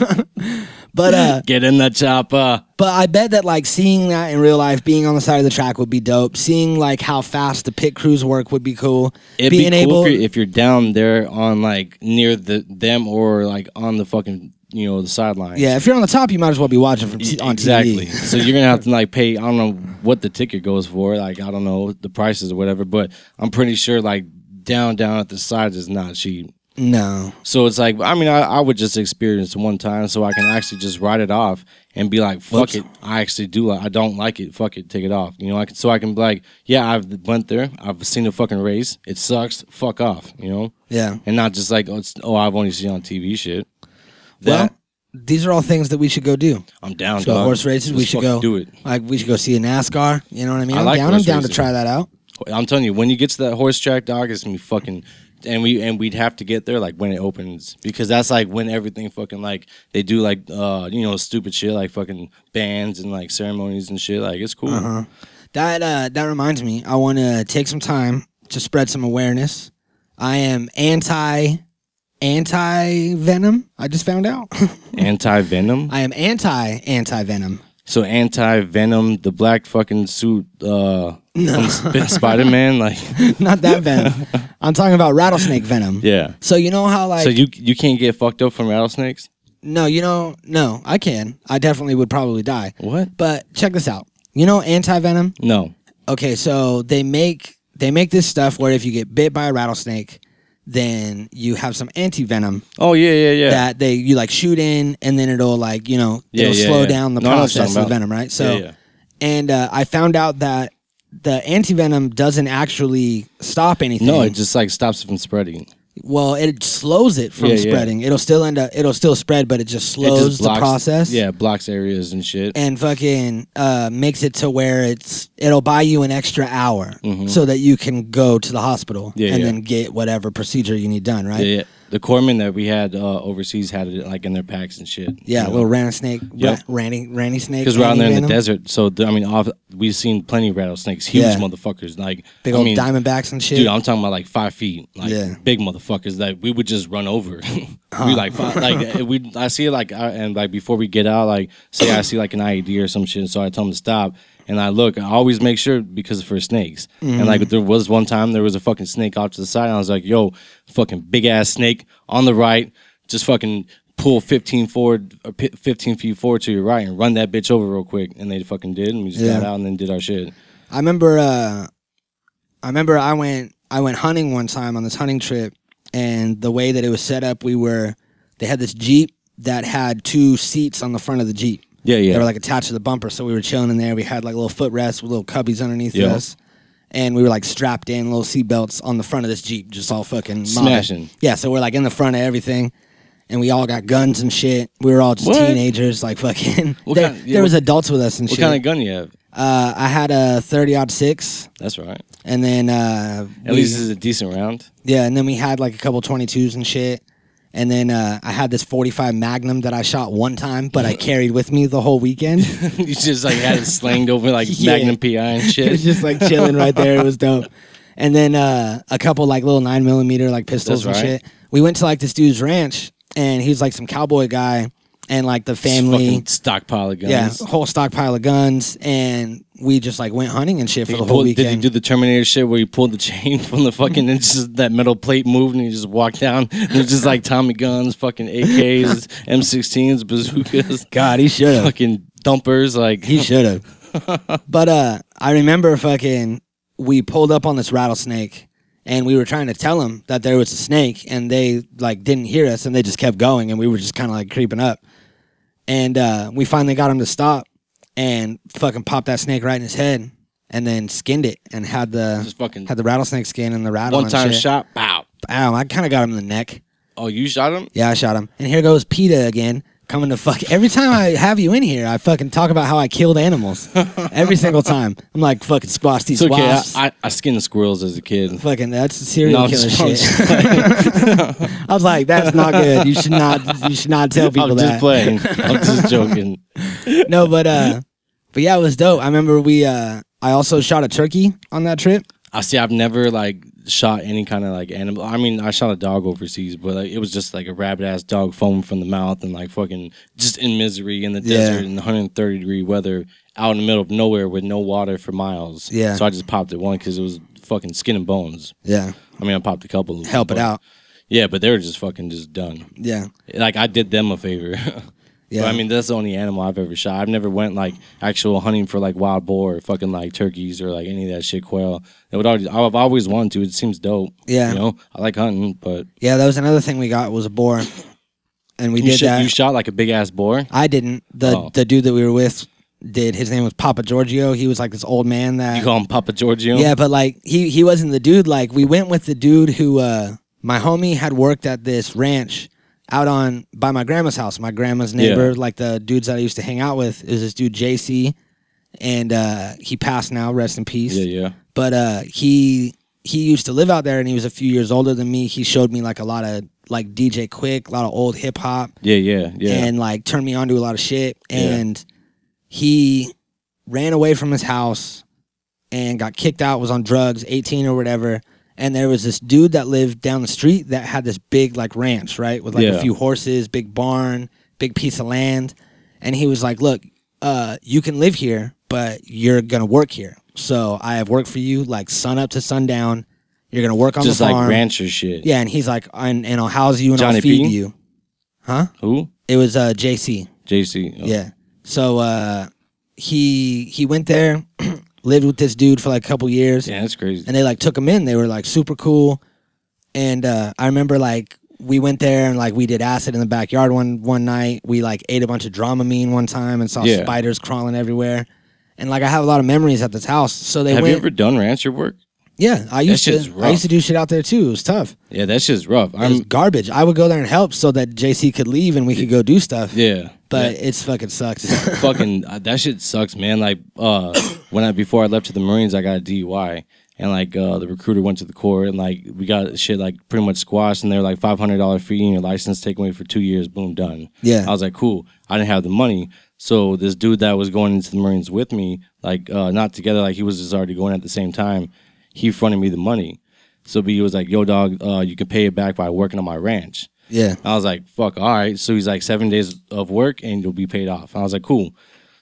S1: but uh,
S2: Get in the chopper.
S1: But I bet that like seeing that in real life, being on the side of the track would be dope. Seeing like how fast the pit crews work would be cool.
S2: It'd
S1: being
S2: be cool
S1: able,
S2: if, you're, if you're down there on like near the them or like on the fucking you know the sideline.
S1: yeah, if you're on the top, you might as well be watching from t- E. on
S2: E, exactly.
S1: TV.
S2: so you're gonna have to like pay. I don't know what the ticket goes for. Like I don't know the prices or whatever. But I'm pretty sure like down down at the sides is not cheap.
S1: No,
S2: So it's like I mean I, I would just experience one time so I can actually just write it off and be like fuck
S1: Whoops.
S2: it I actually do like I don't like it fuck it take it off you know I can so I can be like yeah I've went there I've seen the fucking race it sucks fuck off you know
S1: yeah.
S2: and not just like oh, it's, oh I've only seen it on TV shit
S1: Well,
S2: that
S1: these are all things that we should go do.
S2: I'm down
S1: So
S2: dog.
S1: horse races, we
S2: Let's
S1: should
S2: fucking
S1: go
S2: do it
S1: Like we should go see a NASCAR. You know what I mean?
S2: I
S1: I'm
S2: like
S1: down. I'm
S2: horse
S1: down to
S2: racing.
S1: try that out.
S2: I'm telling you, when you get to that horse track, dog, it's gonna be fucking. And we and we'd have to get there like when it opens because that's like when everything fucking like they do like uh you know stupid shit like fucking bands and like ceremonies and shit like it's cool.
S1: Uh-huh. That uh, that reminds me. I want to take some time to spread some awareness. I am anti anti venom. I just found out. *laughs*
S2: Anti Venom.
S1: I am anti anti venom.
S2: So anti Venom, the black fucking suit uh from *laughs* Spider Man. Like
S1: *laughs* Not that venom. I'm talking about rattlesnake venom.
S2: yeah.
S1: So you know how like
S2: So you you can't get fucked up from rattlesnakes.
S1: no, you know no, I can. I definitely would probably die.
S2: What?
S1: But check this out. You know anti venom?
S2: No.
S1: Okay, so they make they make this stuff where if you get bit by a rattlesnake, then you have some anti venom
S2: Oh yeah yeah yeah.
S1: that they you like shoot in and then it'll like, you know,
S2: Yeah,
S1: it'll
S2: yeah,
S1: slow
S2: yeah.
S1: down the
S2: No, I know what you're
S1: process of
S2: talking about.
S1: venom, right? So
S2: yeah, yeah.
S1: and uh, I found out that the anti venom doesn't actually stop anything.
S2: No, it just like stops it from spreading.
S1: Well, it slows it from
S2: Yeah, yeah.
S1: spreading. It'll still end up. It'll still spread, but it just
S2: It just
S1: slows the
S2: blocks-
S1: process.
S2: Yeah, blocks areas and shit.
S1: and fucking uh, makes it to where it's it'll buy you an extra hour so that you can go to the hospital
S2: Mm-hmm. Yeah,
S1: and
S2: yeah.
S1: then get whatever procedure you need done, right?
S2: yeah, yeah. The corpsmen that we had uh, overseas had it like in their packs and shit.
S1: Yeah, little rattlesnake, snake,
S2: Yep.
S1: ranny, ranny snake.
S2: Because we're out
S1: ranny
S2: there in the
S1: venom,
S2: desert, so th- I mean, off, we've seen plenty of rattlesnakes, huge
S1: Yeah.
S2: motherfuckers, like
S1: big
S2: I
S1: old
S2: mean,
S1: diamondbacks and shit.
S2: Dude, I'm talking about like five feet, like
S1: Yeah.
S2: big motherfuckers that we would just run over. *laughs* we like, fi-
S1: *laughs*
S2: like eh, we, I see like, I, and like before we get out, like say I see like an IED or some shit, so I tell them to stop, and I look. I always make sure because for snakes, and
S1: Mm-hmm.
S2: like there was one time there was a fucking snake off to the side, and I was like, yo, fucking big ass snake on the right, just fucking. Pull 15 forward, or pi- 15 feet forward to your right, and run that bitch over real quick. And they fucking did, and we just got
S1: Yeah.
S2: out and then did our shit.
S1: I remember uh I remember I went I went hunting one time on this hunting trip and the way that it was set up we were they had this Jeep that had two seats on the front of the Jeep.
S2: Yeah, yeah.
S1: They were like attached to the bumper so we were chilling in there. We had like little footrests with little cubbies underneath
S2: Yeah.
S1: us. And we were like strapped in, little seatbelts on the front of this Jeep, just all fucking mobbing.
S2: Smashing.
S1: Yeah, so we're like in the front of everything. And we all got guns and shit. We were all just
S2: What?
S1: teenagers, like fucking.
S2: What
S1: there
S2: kind- yeah,
S1: there was
S2: what-
S1: adults with us and
S2: what
S1: shit.
S2: kind of gun you have?
S1: Uh, I had a thirty odd six,
S2: That's right.
S1: and then uh,
S2: At
S1: we-
S2: least this is a decent round. *laughs*
S1: yeah, and then we had like a couple twenty twos and shit, and then uh, I had this forty five Magnum that I shot one time, but
S2: *laughs*
S1: I carried with me the whole weekend.
S2: you just like had it slanged over like
S1: *laughs* Yeah.
S2: Magnum PI
S1: *laughs*
S2: and
S1: it
S2: shit.
S1: was just like chilling right there. It was dope. And then uh, a couple like little nine millimeter like pistols
S2: That's
S1: and
S2: right.
S1: shit. We went to like this dude's ranch, and he was like some cowboy guy, and like the
S2: Just
S1: family.
S2: fucking stockpile of guns.
S1: yeah, whole stockpile of guns, and we just like went hunting and shit for
S2: He
S1: the whole
S2: pulled-
S1: weekend.
S2: did he do the Terminator shit where he pulled the *laughs* chain from the fucking and just that metal plate moved and he just walked down? *laughs* It was just like Tommy guns,
S1: *laughs*
S2: fucking AKs, M16s, bazookas,
S1: God, he should *laughs* have.
S2: fucking dumpers. Like
S1: He should have.
S2: *laughs*
S1: but uh, I remember fucking we pulled up on this rattlesnake and we were trying to tell them that there was a snake and they like didn't hear us and they just kept going and we were just kind of like creeping up. And uh, we finally got him to stop and fucking popped that snake right in his head and then skinned it and had the
S2: just fucking
S1: had the rattlesnake skin and the rattle
S2: one
S1: and
S2: time
S1: shit.
S2: shot. Bow.
S1: Ow, I kind of got him in the neck.
S2: Oh, you shot him?
S1: Yeah, I shot him. And here goes PETA again, coming to fuck. Every time I have you in here, I fucking talk about how I killed
S2: *laughs*
S1: animals. Every single time. I'm like, fucking squash these
S2: It's okay. I,
S1: wasps.
S2: I, I skinned squirrels as a kid.
S1: fucking, that's serial
S2: No, I'm
S1: killer
S2: just- I'm
S1: shit.
S2: *laughs* just
S1: I was like, that's not good. You should not, you should not tell people
S2: *laughs* I'm
S1: that. *laughs*
S2: just playing. I'm just joking.
S1: No, but, uh, but yeah, it was dope. I remember we, uh, I also shot a turkey on that trip.
S2: I see. I've never like shot any kind of like animal. I mean, I shot a dog overseas, but like it was just like a rabid ass dog foaming from the mouth and like fucking just in misery in the
S1: Yeah.
S2: desert in 130 degree weather out in the middle of nowhere with no water for miles.
S1: Yeah.
S2: So I just popped it one because it was fucking skin and bones.
S1: Yeah.
S2: I mean, I popped a couple. Of them,
S1: Help it
S2: but-
S1: out.
S2: Yeah, but they were just fucking just done.
S1: Yeah.
S2: Like I did them a favor. *laughs*
S1: Yeah.
S2: But, I mean, that's the only animal I've ever shot. I've never went like actual hunting for like wild boar or fucking like turkeys or like any of that shit, quail. That would always, I've always wanted to. It seems dope.
S1: Yeah.
S2: You know, I like hunting, but
S1: Yeah. That was another thing we got was a boar. And we
S2: you,
S1: did
S2: shot-
S1: that.
S2: you shot like a big ass boar.
S1: I didn't. The
S2: Oh.
S1: the dude that we were with did. His name was Papa Giorgio. He was like this old man
S2: You
S1: that.
S2: call him Papa Giorgio?
S1: yeah, but like he he wasn't the dude. Like we went with the dude who uh my homie had worked at this ranch out on by my grandma's house. My grandma's neighbor,
S2: Yeah.
S1: like the dudes that I used to hang out with, is this dude JC, and uh he passed now. Rest in peace
S2: Yeah, yeah.
S1: but uh, he he used to live out there and he was a few years older than me he showed me like a lot of like dj quick a lot of old hip-hop
S2: Yeah, yeah, yeah.
S1: and like turned me on to a lot of shit and he ran away from his house and got kicked out was on drugs 18 or whatever and there was this dude that lived down the street that had this big like ranch right with like a
S2: Yeah.
S1: few horses big barn big piece of land and he was like look uh, you can live here but you're gonna work here so i have work for you like sun up to sundown you're gonna work on
S2: just
S1: the
S2: like
S1: farm
S2: rancher shit.
S1: yeah and he's like and, and i'll house you and
S2: Johnny
S1: i'll feed
S2: B?
S1: you
S2: Who?
S1: it was uh, jc
S2: JC. Oh,
S1: yeah. So uh, he he went there, *clears throat* lived with this dude for like a couple years,
S2: Damn, that's crazy.
S1: and they like took him in. They were like super cool, and uh, I remember like we went there and like we did acid in the backyard one one night. We like ate a bunch of Dramamine one time and saw
S2: Yeah.
S1: spiders crawling everywhere, and like I have a lot of memories at this house. So they
S2: Have
S1: went.
S2: you ever done rancher work?
S1: Yeah, I used
S2: shit's
S1: to. I
S2: rough.
S1: used to do shit out there too. It was tough.
S2: Yeah, that shit's rough.
S1: It was
S2: I'm
S1: garbage. I would go there and help so that JC could leave and we could go do stuff.
S2: yeah,
S1: But
S2: Yeah.
S1: it's fucking sucks. *laughs*
S2: fucking uh, that shit sucks, man. Like uh, *coughs* when I before I left to the Marines, I got a DUI, and like uh, the recruiter went to the court, and like we got shit like pretty much squashed, and they were like five hundred dollar fee and your license taken away for two years. Boom, done.
S1: Yeah.
S2: I was like, cool. I didn't have the money, so this dude that was going into the Marines with me, like uh, not together, like he was just already going at the same time. He fronted me the money, so he was like, "Yo, dog, uh, you can pay it back by working on my ranch."
S1: yeah.
S2: I was like, fuck, all right. So he's like, seven days of work and you'll be paid off. I was like, cool.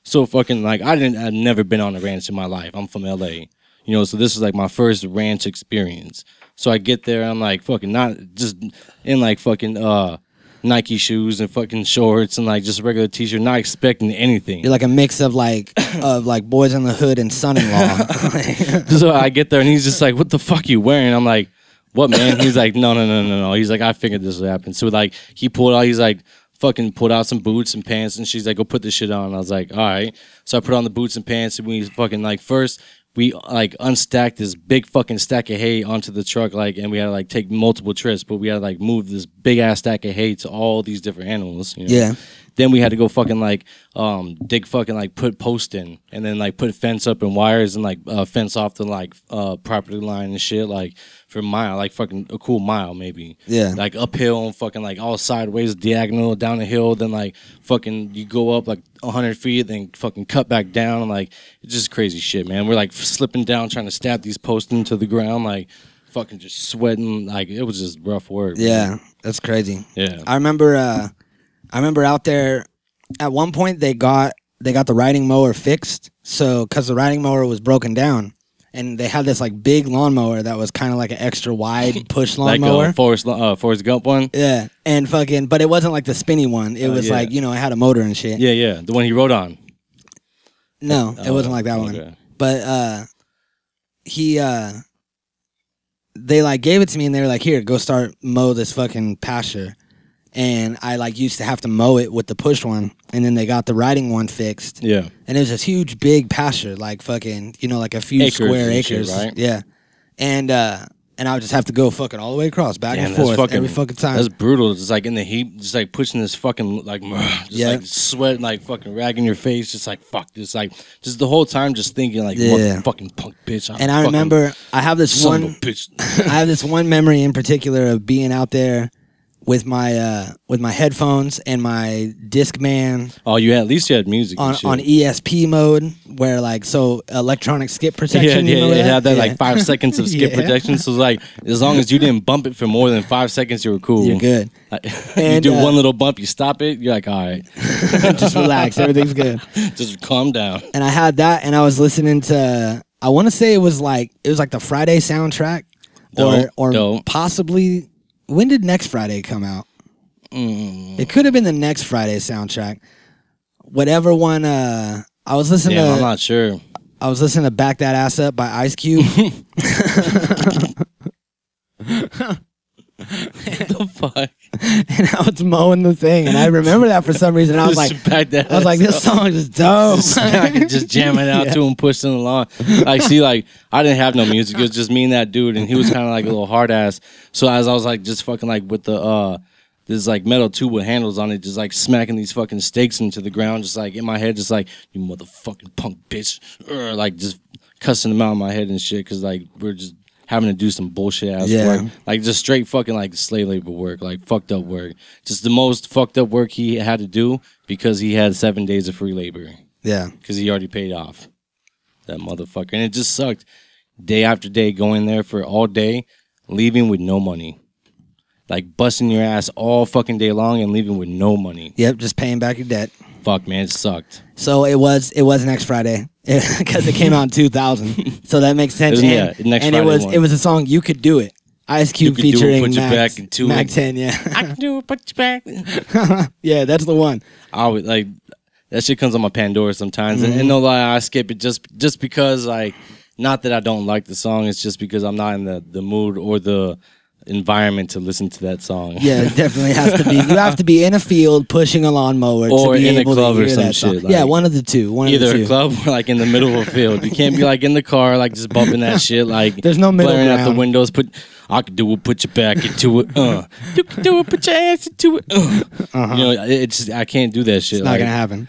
S2: So fucking like, I didn't, I've never been on a ranch in my life. I'm from LA, you know, so this is like my first ranch experience. So I get there, I'm like, fucking not just in like fucking, uh, Nike shoes and fucking shorts and like just a regular t shirt, not expecting anything.
S1: You're like a mix of
S2: *coughs*
S1: like of like boys in the hood and son-in-law.
S2: *laughs*
S1: Like,
S2: so I get there and he's just like, "What the fuck you wearing?" I'm like, "What man?" He's like, "No, no, no, no, no." He's like, "I figured this would happen." So like he pulled out, he's like, "Fucking pulled out some boots and pants," and she's like, "Go put this shit on." I was like, "All right." So I put on the boots and pants, and we fucking like first we like unstacked this big fucking stack of hay onto the truck, like, and we had to like take multiple trips, but we had to like move this big ass stack of hay to all these different animals. You know?
S1: Yeah.
S2: Then we had to go fucking like um dig fucking like put post in and then like put fence up and wires and like uh, fence off the like uh property line and shit like for a mile like fucking a cool mile maybe
S1: Yeah.
S2: like uphill and fucking like all sideways diagonal down the hill then like fucking you go up like hundred feet then fucking cut back down like it's just crazy shit man we're like slipping down trying to stab these posts into the ground like fucking just sweating like it was just rough work man.
S1: yeah, that's crazy.
S2: yeah
S1: I remember uh I remember out there at one point they got they got the riding mower fixed so cuz the riding mower was broken down and they had this like big lawnmower that was kind of like an extra
S2: *laughs*
S1: wide push
S2: like
S1: lawnmower.
S2: uh, Forrest uh, Forrest Gump one
S1: yeah, and fucking but it wasn't like the spinny one. It
S2: Oh,
S1: was
S2: yeah.
S1: like, you know, it had a motor and shit.
S2: Yeah, yeah, the one he wrote on.
S1: No, it
S2: Oh,
S1: wasn't like that
S2: okay.
S1: one. But uh he uh they like gave it to me and they were like, "Here, go start mow this fucking pasture." And I like used to have to mow it with the push one, and then they got the riding one fixed,
S2: Yeah,
S1: and it was this huge big pasture, like fucking, you know, like a few
S2: Acres
S1: square
S2: and shit,
S1: acres,
S2: right?
S1: yeah. And uh and I would just have to go fucking all the way across, back
S2: Damn,
S1: and
S2: that's
S1: forth every fucking time.
S2: That's brutal. Just like in the heat, just like pushing this fucking like, *sighs* just
S1: Yeah.
S2: like sweat, like fucking ragging your face, just like fuck this, like just the whole time, just thinking like,
S1: Yeah.
S2: yeah. fucking punk bitch. I'm
S1: and I
S2: fucking
S1: remember I have this
S2: son
S1: one
S2: of a bitch.
S1: I have this one memory in particular of being out there with my uh, with my headphones and my Discman
S2: oh, you had, at least you had music
S1: on,
S2: and shit. *laughs*
S1: on ESP mode, where like so electronic skip
S2: *laughs* yeah, yeah,
S1: protection. you
S2: yeah,
S1: know
S2: it had that
S1: Yeah. *laughs*
S2: like five seconds of skip
S1: Yeah.
S2: protection. So like, as long as you didn't bump it for more than five seconds, you were cool.
S1: You're good.
S2: *laughs*
S1: *laughs*
S2: Like,
S1: And,
S2: you do
S1: uh,
S2: one little bump, you stop it. You're like, all right,
S1: Just relax, everything's good.
S2: just
S1: *laughs*
S2: calm down.
S1: And I had that, and I was listening to. I want to say it was like it was like the Friday soundtrack,
S2: Dope,
S1: or or
S2: dope.
S1: possibly when did next Friday come out?
S2: Mm.
S1: It could have been the next Friday soundtrack, whatever one. Uh, I was listening
S2: Damn,
S1: to.
S2: I'm not sure.
S1: I was listening to Back That Ass Up by Ice
S2: *laughs*
S1: Cube. *laughs*
S2: *laughs* the fuck?
S1: and I was mowing the thing, and I remember that for some reason. And I was like,
S2: Just back that
S1: I was like,
S2: ass
S1: this song is dope.
S2: I could just jam it out to him, push him along. Like, see, like I didn't have no music. It was just me and that dude, and he was kind of like a little hard ass. So as I was like, just fucking like with the uh, this like metal tube with handles on it, just like smacking these fucking stakes into the ground, just like in my head, just like you motherfucking punk bitch, Urgh, like just cussing them out in my head and shit, because like we're just having to do some bullshit ass
S1: Yeah.
S2: work, like just straight fucking like slave labor work, like fucked up work, just the most fucked up work he had to do because he had seven days of free labor
S1: *laughs* yeah,
S2: because he already paid off that motherfucker. And it just sucked day after day going there for all day, leaving with no money. Like busting your ass all fucking day long and leaving with no money.
S1: yep, just paying back your debt.
S2: Fuck, man, it sucked.
S1: So it was it was next Friday *laughs* because it came out in 2000. So that makes sense.
S2: It was-
S1: and
S2: yeah, next
S1: and it
S2: Friday
S1: was
S2: one.
S1: it was a song you could do it. Ice Cube
S2: could do it,
S1: featuring
S2: put your
S1: Max,
S2: back into
S1: Mac
S2: it.
S1: 10. Yeah,
S2: *laughs* I can do it, put you back.
S1: *laughs* yeah, that's the one.
S2: I would like that shit comes on my Pandora sometimes, and, and no lie, I skip it just just because like not that I don't like the song, it's just because I'm not in the the mood or the environment to listen to that song.
S1: Yeah, it definitely has to be. You have to be in a field pushing a lawnmower
S2: Or
S1: to be
S2: in a
S1: able
S2: club
S1: to
S2: or
S1: hear
S2: some
S1: that song.
S2: shit,
S1: yeah,
S2: like-
S1: one of the two. One of
S2: Either
S1: the
S2: a
S1: two.
S2: club or like in the middle of a field. You can't be like in the car, like just bumping that shit. Like
S1: *laughs* There's no middle
S2: blaring out the
S1: ground.
S2: windows. Put I could do it. Put your back into it.
S1: *laughs*
S2: Uh, you can do it. Put your ass into it. Uh. You know, it- it's just, I can't do that
S1: Uh-huh.
S2: shit.
S1: It's not
S2: like,
S1: gonna happen.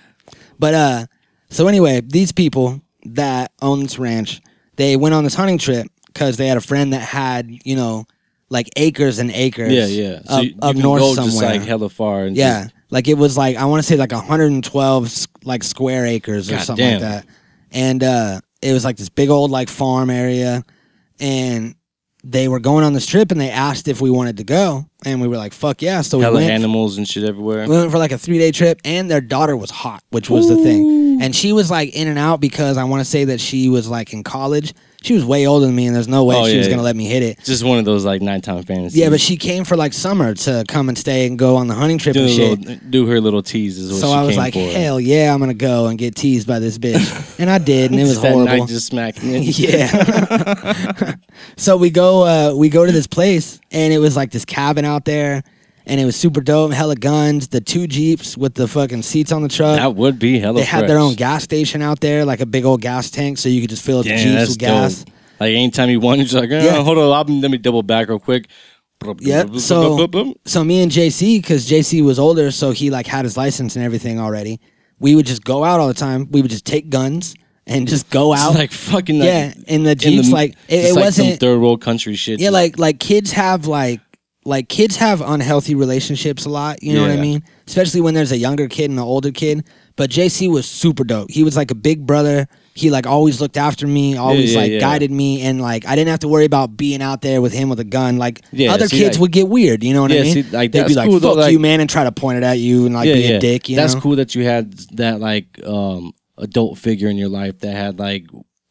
S1: But uh, so anyway, these people that own this ranch, they went on this hunting trip because they had a friend that had you know like acres and acres.
S2: Yeah, yeah. So
S1: up,
S2: you, you
S1: up
S2: can
S1: north
S2: go
S1: somewhere.
S2: just like hella far. And
S1: yeah,
S2: just-
S1: like it was like I want to say like 112 s- like square acres or
S2: God
S1: something
S2: damn.
S1: like that, and uh, it was like this big old like farm area, and they were going on this trip and they asked if we wanted to go, and we were like fuck yeah, so we
S2: hella
S1: went.
S2: animals and shit everywhere.
S1: We went for like a three day trip, and their daughter was hot, which was the thing. And she was like in and out because I want to say that she was like in college. She was way older than me, and there's no way
S2: Oh,
S1: she
S2: yeah,
S1: was
S2: yeah.
S1: gonna let me hit it.
S2: Just one of those like nighttime fantasies.
S1: Yeah, but she came for like summer to come and stay and go on the hunting trip
S2: do, a
S1: and shit.
S2: little, do her little tease is what
S1: So
S2: she
S1: I was
S2: came
S1: like,
S2: for.
S1: hell yeah, I'm gonna go and get teased by this
S2: *laughs*
S1: bitch, and I did, and it was
S2: Just that
S1: horrible. *laughs*
S2: night just smacking it.
S1: yeah. *laughs* so we go, uh, we go to this place, and it was like this cabin out there, and it was super dope, hella guns, the two jeeps with the fucking seats on the truck.
S2: That would be hella.
S1: They had their
S2: fresh.
S1: own gas station out there, like a big old gas tank, so you could just fill up the
S2: Damn,
S1: jeeps
S2: that's
S1: with gas.
S2: dope. Like anytime you want, it's like, eh,
S1: Yeah.
S2: hold on, I'll- let me double back real quick.
S1: Yep. So, so me and JC, because JC was older, so he like had his license and everything already. We would just go out all the time. We would just take guns and just go out.
S2: It's like fucking like,
S1: yeah, in the jeeps, like it,
S2: just
S1: it
S2: like some
S1: wasn't.
S2: third world country shit.
S1: yeah,
S2: just-
S1: like like kids have like like kids have unhealthy relationships a lot. You know what I
S2: Yeah.
S1: mean? Especially when there's a younger kid and an older kid. But JC was super dope. He was like a big brother. He like always looked after me, always
S2: yeah,
S1: like
S2: yeah.
S1: guided me, and like I didn't have to worry about being out there with him with a gun. Like
S2: Yeah,
S1: other
S2: see,
S1: kids
S2: like-
S1: would get weird. You know what I
S2: Yeah,
S1: mean?
S2: see, like,
S1: They'd be
S2: that's
S1: like,
S2: cool,
S1: "Fuck
S2: though,
S1: you,
S2: like-
S1: man," and try to point it at you and like
S2: yeah,
S1: be
S2: yeah.
S1: a dick. You
S2: That's
S1: know?
S2: cool that you had that like um adult figure in your life that had like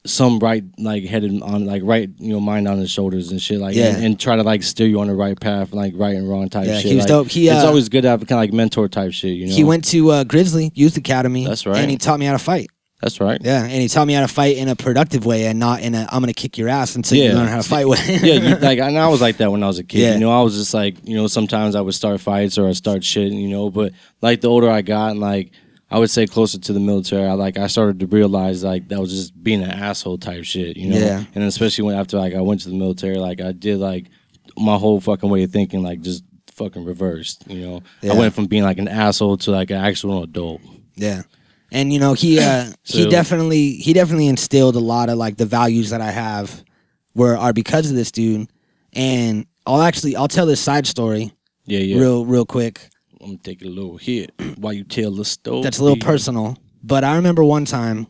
S2: some right like headed on like right you know mind on his shoulders and shit like
S1: Yeah.
S2: and, and try to like steer you on the right path like right and wrong type
S1: Yeah,
S2: shit.
S1: he was
S2: like,
S1: dope. He,
S2: it's
S1: uh,
S2: always good to have kind of like mentor type shit. You know,
S1: He went to uh, Grizzly Youth Academy.
S2: That's right.
S1: And he taught me how to fight.
S2: That's right.
S1: Yeah, and he taught me how to fight in a productive way and not in a I'm gonna kick your ass until you
S2: Yeah.
S1: learn how to fight with. *laughs*
S2: yeah, you, like and I was like that when I was a kid.
S1: Yeah.
S2: You know, I was just like, you know, sometimes I would start fights or I start shit, you know. But like the older I got, and like I would say closer to the military, I like I started to realize like that was just being an asshole type shit, you know.
S1: Yeah.
S2: And especially when after like I went to the military, like I did like my whole fucking way of thinking like just fucking reversed, you know.
S1: Yeah.
S2: I went from being like an asshole to like an actual adult.
S1: yeah. And you know, he uh he
S2: So-
S1: definitely he definitely instilled a lot of like the values that I have were are because of this dude. And I'll actually I'll tell this side story
S2: Yeah, yeah.
S1: real real quick.
S2: I'm gonna take a little hit while you tell the story.
S1: That's a little personal. But I remember one time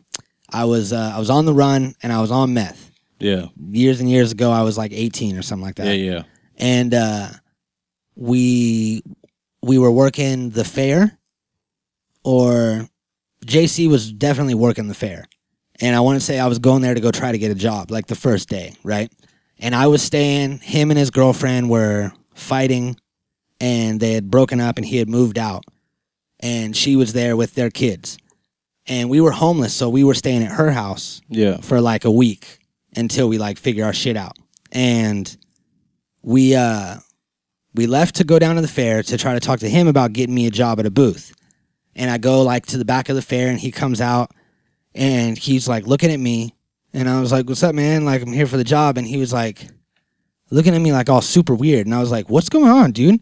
S1: I was uh, I was on the run and I was on meth.
S2: Yeah,
S1: Years and years ago I was like eighteen or something like that.
S2: yeah, yeah.
S1: and uh, we we were working the fair, or JC was definitely working the fair, and I want to say I was going there to go try to get a job, like the first day, right? And I was staying. Him and his girlfriend were fighting, and they had broken up, and he had moved out, and she was there with their kids, and we were homeless, so we were staying at her house
S2: Yeah.
S1: for like a week until we like figure our shit out. And we uh we left to go down to the fair to try to talk to him about getting me a job at a booth. And I go like to the back of the fair and he comes out and he's like looking at me and I was like, What's up, man? Like I'm here for the job and he was like looking at me like all super weird and I was like, What's going on, dude?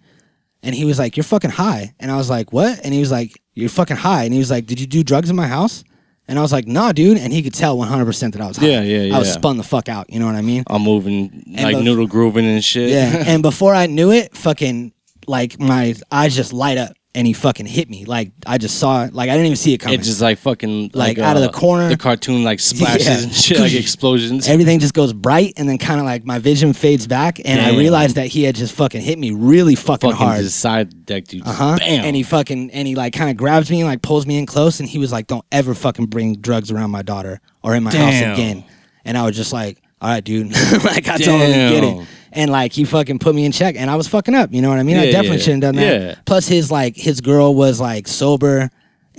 S1: And he was like, You're fucking high and I was like, What? And he was like, You're fucking high and he was like, Did you do drugs in my house? And I was like, nah, dude. And he could tell 100% that I was high.
S2: Yeah, yeah,
S1: I was
S2: yeah.
S1: spun the fuck out. You know what I mean?
S2: I'm moving like
S1: both-
S2: noodle grooving and shit.
S1: Yeah. *laughs* and before I knew it, fucking like my eyes just light up and he fucking hit me. Like I just saw it. Like I didn't even see it coming.
S2: *laughs* It just like fucking
S1: Like, out of the corner.
S2: The cartoon like splashes
S1: Yeah.
S2: and shit,
S1: *laughs*
S2: like explosions.
S1: Everything just goes bright and then kind of like my vision fades back and I
S2: Damn.
S1: realized that he had just fucking hit me really fucking,
S2: fucking
S1: hard.
S2: just side decked you.
S1: Uh-huh.
S2: Bam.
S1: And he fucking and he like kind of grabs me and like pulls me in close and he was like, "Don't ever fucking bring drugs around my daughter or in my house
S2: Damn.
S1: again." And I was just like, "All right, dude." *laughs* like I totally get
S2: Damn.
S1: it. And like he fucking put me in check and I was fucking up. You know what I mean? I
S2: Yeah,
S1: definitely
S2: yeah.
S1: shouldn't done that.
S2: Yeah.
S1: Plus his like his girl was like sober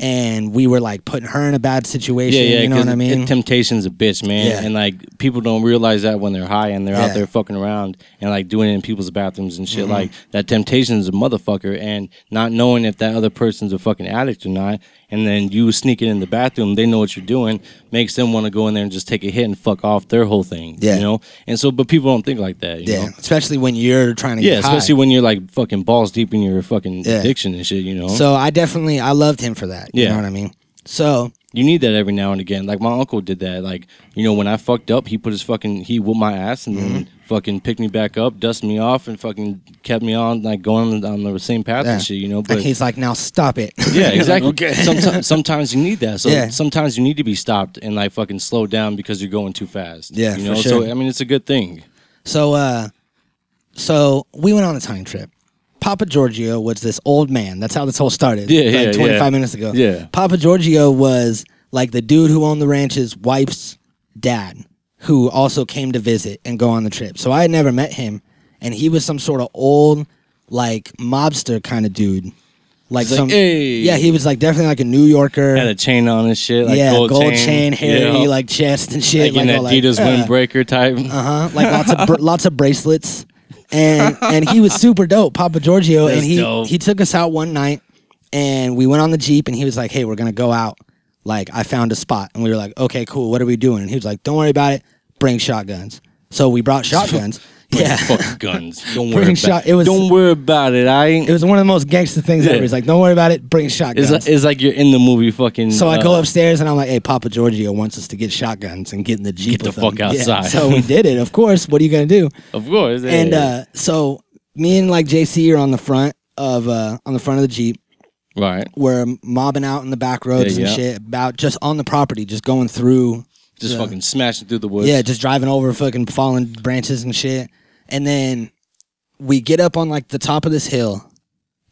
S1: and we were like putting her in a bad situation.
S2: Yeah, yeah.
S1: you know
S2: 'cause
S1: what I
S2: it-
S1: mean?
S2: it- temptation's a bitch, man.
S1: Yeah.
S2: And like people don't realize that when they're high and they're
S1: Yeah. Mm-hmm.
S2: out there fucking around and like doing it in people's bathrooms and shit. Like that temptation's a motherfucker, and not knowing if that other person's a fucking addict or not, and then you sneak it in the bathroom, they know what you're doing, makes them want to go in there and just take a hit and fuck off their whole thing.
S1: Yeah.
S2: You know. And so, but people don't think like that. You
S1: yeah,
S2: Know?
S1: especially when you're trying to
S2: Yeah,
S1: get high.
S2: especially when you're like fucking balls deep in your fucking
S1: Yeah.
S2: addiction and shit, you know.
S1: So I definitely I loved him for that. You
S2: Yeah.
S1: know what I mean? So
S2: you need that every now and again. Like my uncle did that. Like you know, when I fucked up, he put his fucking he whooped my ass and then
S1: Mm-hmm.
S2: fucking picked me back up, dusted me off, and fucking kept me on like going on the same path
S1: yeah.
S2: and shit. You know,
S1: Like,
S2: but
S1: he's like, now stop it. *laughs*
S2: yeah, exactly.
S1: okay.
S2: sometimes, sometimes you need that. So
S1: Yeah.
S2: sometimes you need to be stopped and like fucking slowed down because you're going too fast.
S1: Yeah,
S2: you
S1: for
S2: know.
S1: sure.
S2: So I mean, it's a good thing.
S1: So uh so we went on a time trip. Papa Giorgio was this old man. That's how this whole started.
S2: Yeah,
S1: like
S2: yeah,
S1: 25
S2: yeah.
S1: minutes ago.
S2: Yeah.
S1: Papa Giorgio was like the dude who owned the ranch's wife's dad, who also came to visit and go on the trip. So I had never met him, and he was some sort of old, like mobster kind of dude. Like
S2: He's like,
S1: some,
S2: "Hey."
S1: yeah, he was like definitely like a New Yorker.
S2: Had a chain on and shit. Like
S1: yeah,
S2: gold,
S1: chain, hairy,
S2: you know,
S1: like chest and shit,
S2: like,
S1: like,
S2: an
S1: all
S2: Adidas
S1: like, uh,
S2: windbreaker type.
S1: uh-huh. Like lots of br- lots of bracelets. And and he was super dope, Papa Giorgio.
S2: That's
S1: and he
S2: dope.
S1: he took us out one night and we went on the Jeep and he was like, Hey, we're gonna go out. Like I found a spot. And we were like, Okay, cool, what are we doing? And he was like, Don't worry about it, bring shotguns. So we
S2: *laughs*
S1: brought shotguns. yeah.
S2: *laughs* Fuck guns.
S1: *laughs*
S2: Don't
S1: Pretty
S2: worry about
S1: shot-
S2: it.
S1: it was-
S2: Don't worry about it. I ain't.
S1: It was one of the most gangster things
S2: Yeah.
S1: ever. He's like, Don't worry about it, bring shotguns.
S2: It's like, it's like you're in the movie fucking.
S1: So I go
S2: uh,
S1: upstairs and I'm like, "Hey, Papa Giorgio wants us to get shotguns and get in the jeep."
S2: Get the
S1: with him."
S2: fuck
S1: Yeah,
S2: outside.
S1: so we did it. Of course. What are you gonna do?
S2: Of course. yeah,
S1: And
S2: yeah.
S1: uh, so me and like JC are on the front of uh, on the front of the Jeep.
S2: right.
S1: We're mobbing out in the back roads
S2: Yeah,
S1: and
S2: yeah.
S1: shit, about just on the property, just going through.
S2: Just
S1: yeah.
S2: fucking smashing through the woods.
S1: Yeah, just driving over fucking fallen branches and shit. And then we get up on like the top of this hill,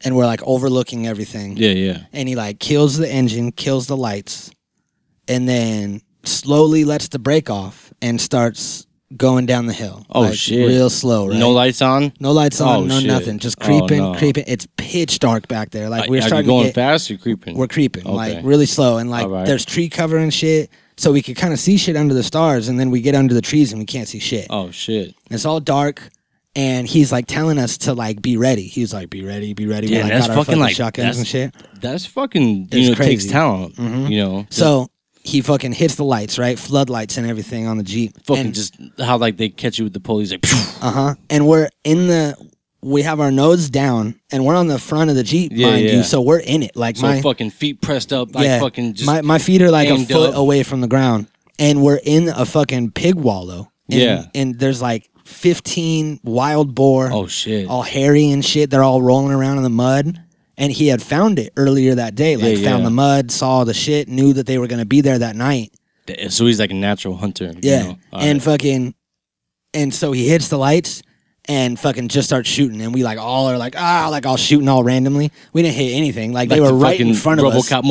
S1: and we're like overlooking everything.
S2: Yeah, yeah.
S1: And he like kills the engine, kills the lights, and then slowly lets the brake off and starts going down the hill.
S2: Oh,
S1: Like,
S2: shit.
S1: Real slow, right?
S2: No lights on.
S1: No lights on,
S2: Oh,
S1: no
S2: shit.
S1: nothing. Just
S2: Oh,
S1: creeping,
S2: no.
S1: creeping. It's pitch dark back there. Like
S2: Like,
S1: we're
S2: are
S1: starting
S2: you going
S1: to get,
S2: fast or creeping?
S1: we're creeping, like
S2: Okay.
S1: really slow, and like
S2: All right.
S1: there's tree cover and shit, so we could kind of see shit under the stars, and then we get under the trees and we can't see shit.
S2: oh shit.
S1: It's all dark, and he's like telling us to like be ready. He was like, "Be ready, be ready." we
S2: Yeah,
S1: like
S2: that's
S1: got our
S2: fucking,
S1: fucking
S2: like,
S1: shotguns
S2: that's-
S1: and shit.
S2: That's fucking.
S1: It's
S2: You know, it takes
S1: crazy. Mm-hmm.
S2: talent. You know. Just
S1: So he fucking hits the lights, right? Floodlights and everything on the jeep.
S2: fucking
S1: and,
S2: just how like they catch you with the police like.
S1: Uh huh. And we're in the. We have our nose down, and we're on the front of the jeep,
S2: Yeah,
S1: mind
S2: yeah.
S1: you. So we're in it, like
S2: so
S1: my
S2: fucking feet pressed up. Like
S1: yeah,
S2: fucking just.
S1: my, my feet are like a
S2: aimed
S1: foot
S2: up.
S1: away from the ground, and we're in a fucking pig wallow. And,
S2: Yeah.
S1: and there's like 15 wild boar,
S2: oh shit.
S1: all hairy and shit. They're all rolling around in the mud, and he had found it earlier that day. Like
S2: Yeah,
S1: found
S2: yeah.
S1: the mud, saw the shit, knew that they were gonna be there that night.
S2: Th- So he's like a natural hunter. you
S1: Yeah,
S2: know? All
S1: and
S2: right.
S1: fucking, and so he hits the lights. And fucking just starts shooting, and we like all are like ah, like all shooting all randomly. We didn't hit anything. Like, they
S2: Like
S1: were
S2: the
S1: right
S2: fucking
S1: in front of us.
S2: *laughs* RoboCop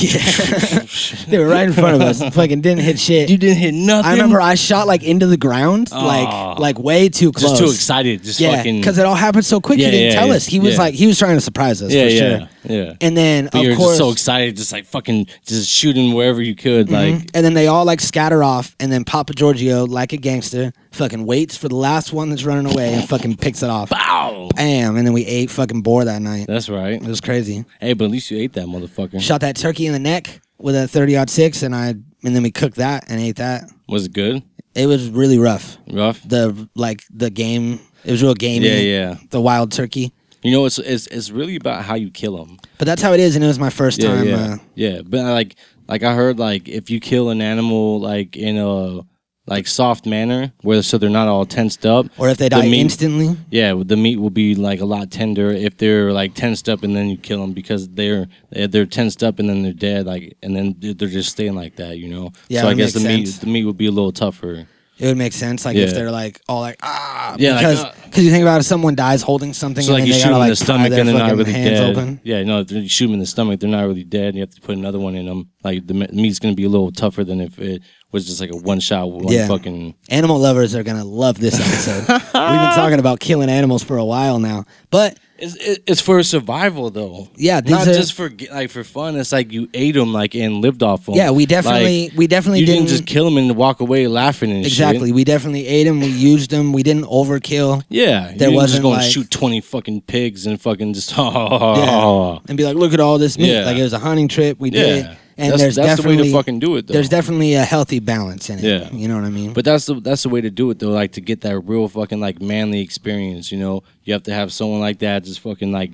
S1: *laughs*
S2: movie.
S1: They were right in front of us. fucking didn't hit shit.
S2: *laughs* you didn't hit nothing.
S1: I remember I shot like into the ground,
S2: Aw.
S1: like like way too close.
S2: just too excited. Just
S1: Yeah,
S2: fucking.
S1: because it all happened so quick.
S2: Yeah,
S1: he didn't
S2: yeah,
S1: tell
S2: yeah,
S1: us. He was
S2: yeah.
S1: like he was trying to surprise us
S2: yeah,
S1: for
S2: yeah,
S1: sure.
S2: yeah.
S1: And then
S2: But
S1: of
S2: you're
S1: course,
S2: just so excited, just like fucking, just shooting wherever you could. Like,
S1: and then they all like scatter off, and then Papa Giorgio, like a gangster, fucking waits for the last one that's running away and fucking picks it off.
S2: ow.
S1: Bam! And then we ate fucking boar that night.
S2: That's right.
S1: It was crazy.
S2: Hey, but at least you ate that motherfucker.
S1: Shot that turkey in the neck with a thirty odd six, and I and then we cooked that and ate that.
S2: Was it good?
S1: It was really rough.
S2: Rough?
S1: The like the game. It was real gamey.
S2: Yeah, yeah.
S1: The wild turkey.
S2: You know, it's it's it's really about how you kill them.
S1: But that's how it is, and it was my first
S2: Yeah,
S1: time.
S2: yeah,
S1: Uh,
S2: yeah. But like, like I heard, like if you kill an animal, like in a like soft manner, where so they're not all tensed up,
S1: or if they
S2: the
S1: die
S2: meat-
S1: instantly.
S2: Yeah, the meat will be like a lot tender if they're like tensed up and then you kill them because they're eh, they're tensed up and then they're dead like and then they're just staying like that, you know.
S1: Yeah,
S2: so I
S1: that
S2: guess the
S1: makes sense.
S2: meat the meat would be a little tougher.
S1: It would make sense, like if
S2: Yeah.
S1: they're like all like ah,
S2: Yeah, like,
S1: because
S2: uh,
S1: because you think about it, someone dies holding something,
S2: So
S1: and
S2: like
S1: then
S2: you
S1: they
S2: shoot
S1: gotta
S2: them in
S1: like
S2: the stomach
S1: pry their
S2: and they're not
S1: fucking
S2: really
S1: hands
S2: dead.
S1: open.
S2: Yeah, no, if you shoot them in the stomach, they're not really dead. You have to put another one in them. Like the me- meat's gonna be a little tougher than if it was just like a one shot, one
S1: Yeah.
S2: fucking.
S1: Animal lovers are gonna love this episode. We've been talking about killing animals for a while now, but
S2: It's, it- it's for survival though.
S1: Yeah, these
S2: not
S1: are-
S2: just for ge- like for fun. It's like you ate them like and lived off them.
S1: Yeah, we definitely- we definitely
S2: you
S1: didn't-
S2: didn't just kill them and walk away laughing and shit.
S1: Exactly. We definitely ate them. We used them. We didn't overkill
S2: Yeah,
S1: There
S2: you didn't
S1: wasn't,
S2: just go and
S1: like-
S2: shoot twenty fucking pigs and fucking just *laughs* oh,
S1: and be like, look at all this meat.
S2: Yeah.
S1: Like it was a hunting trip. We
S2: yeah.
S1: did it. And
S2: that's,
S1: there's
S2: that's the way
S1: definitely
S2: to fucking do it. Though.
S1: there's definitely a healthy balance in it.
S2: Yeah.
S1: You know what I mean?
S2: But that's the that's the way to do it though, like to get that real fucking like manly experience, you know. You have to have someone like that just fucking like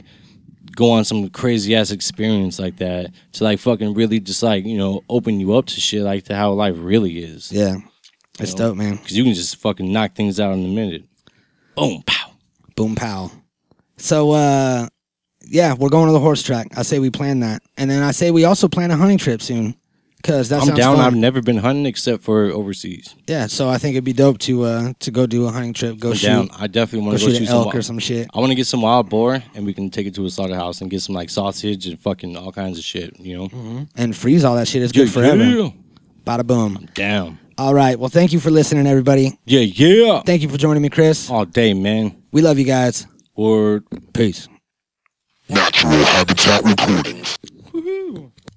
S2: go on some crazy ass experience like that to like fucking really just like, you know, open you up to shit like to how life really is.
S1: yeah. It's
S2: know.
S1: dope, man.
S2: Cuz you can just fucking knock things out in a minute. Boom, pow.
S1: Boom pow. So uh yeah, we're going to the horse track. I say we plan that. And then I say we also plan a hunting trip soon. Cause that
S2: I'm
S1: sounds
S2: down.
S1: fun.
S2: I've never been hunting except for overseas.
S1: Yeah, so I think it'd be dope to uh to go do a hunting trip, go
S2: I'm
S1: shoot
S2: down. I definitely
S1: go
S2: want to
S1: shoot
S2: go
S1: an
S2: shoot some
S1: elk or
S2: wild-
S1: some shit.
S2: I want to get some wild boar and we can take it to a slaughterhouse and get some like sausage and fucking all kinds of shit, you know.
S1: And freeze all that shit. It's
S2: Yeah,
S1: Mm-hmm. good forever.
S2: yeah.
S1: Bada boom.
S2: Damn.
S1: All right. Well, thank you for listening, everybody.
S2: Yeah, yeah.
S1: Thank you for joining me, Chris.
S2: all day, man.
S1: We love you guys.
S2: Word.
S1: Peace.
S4: Natural Habitat Recordings.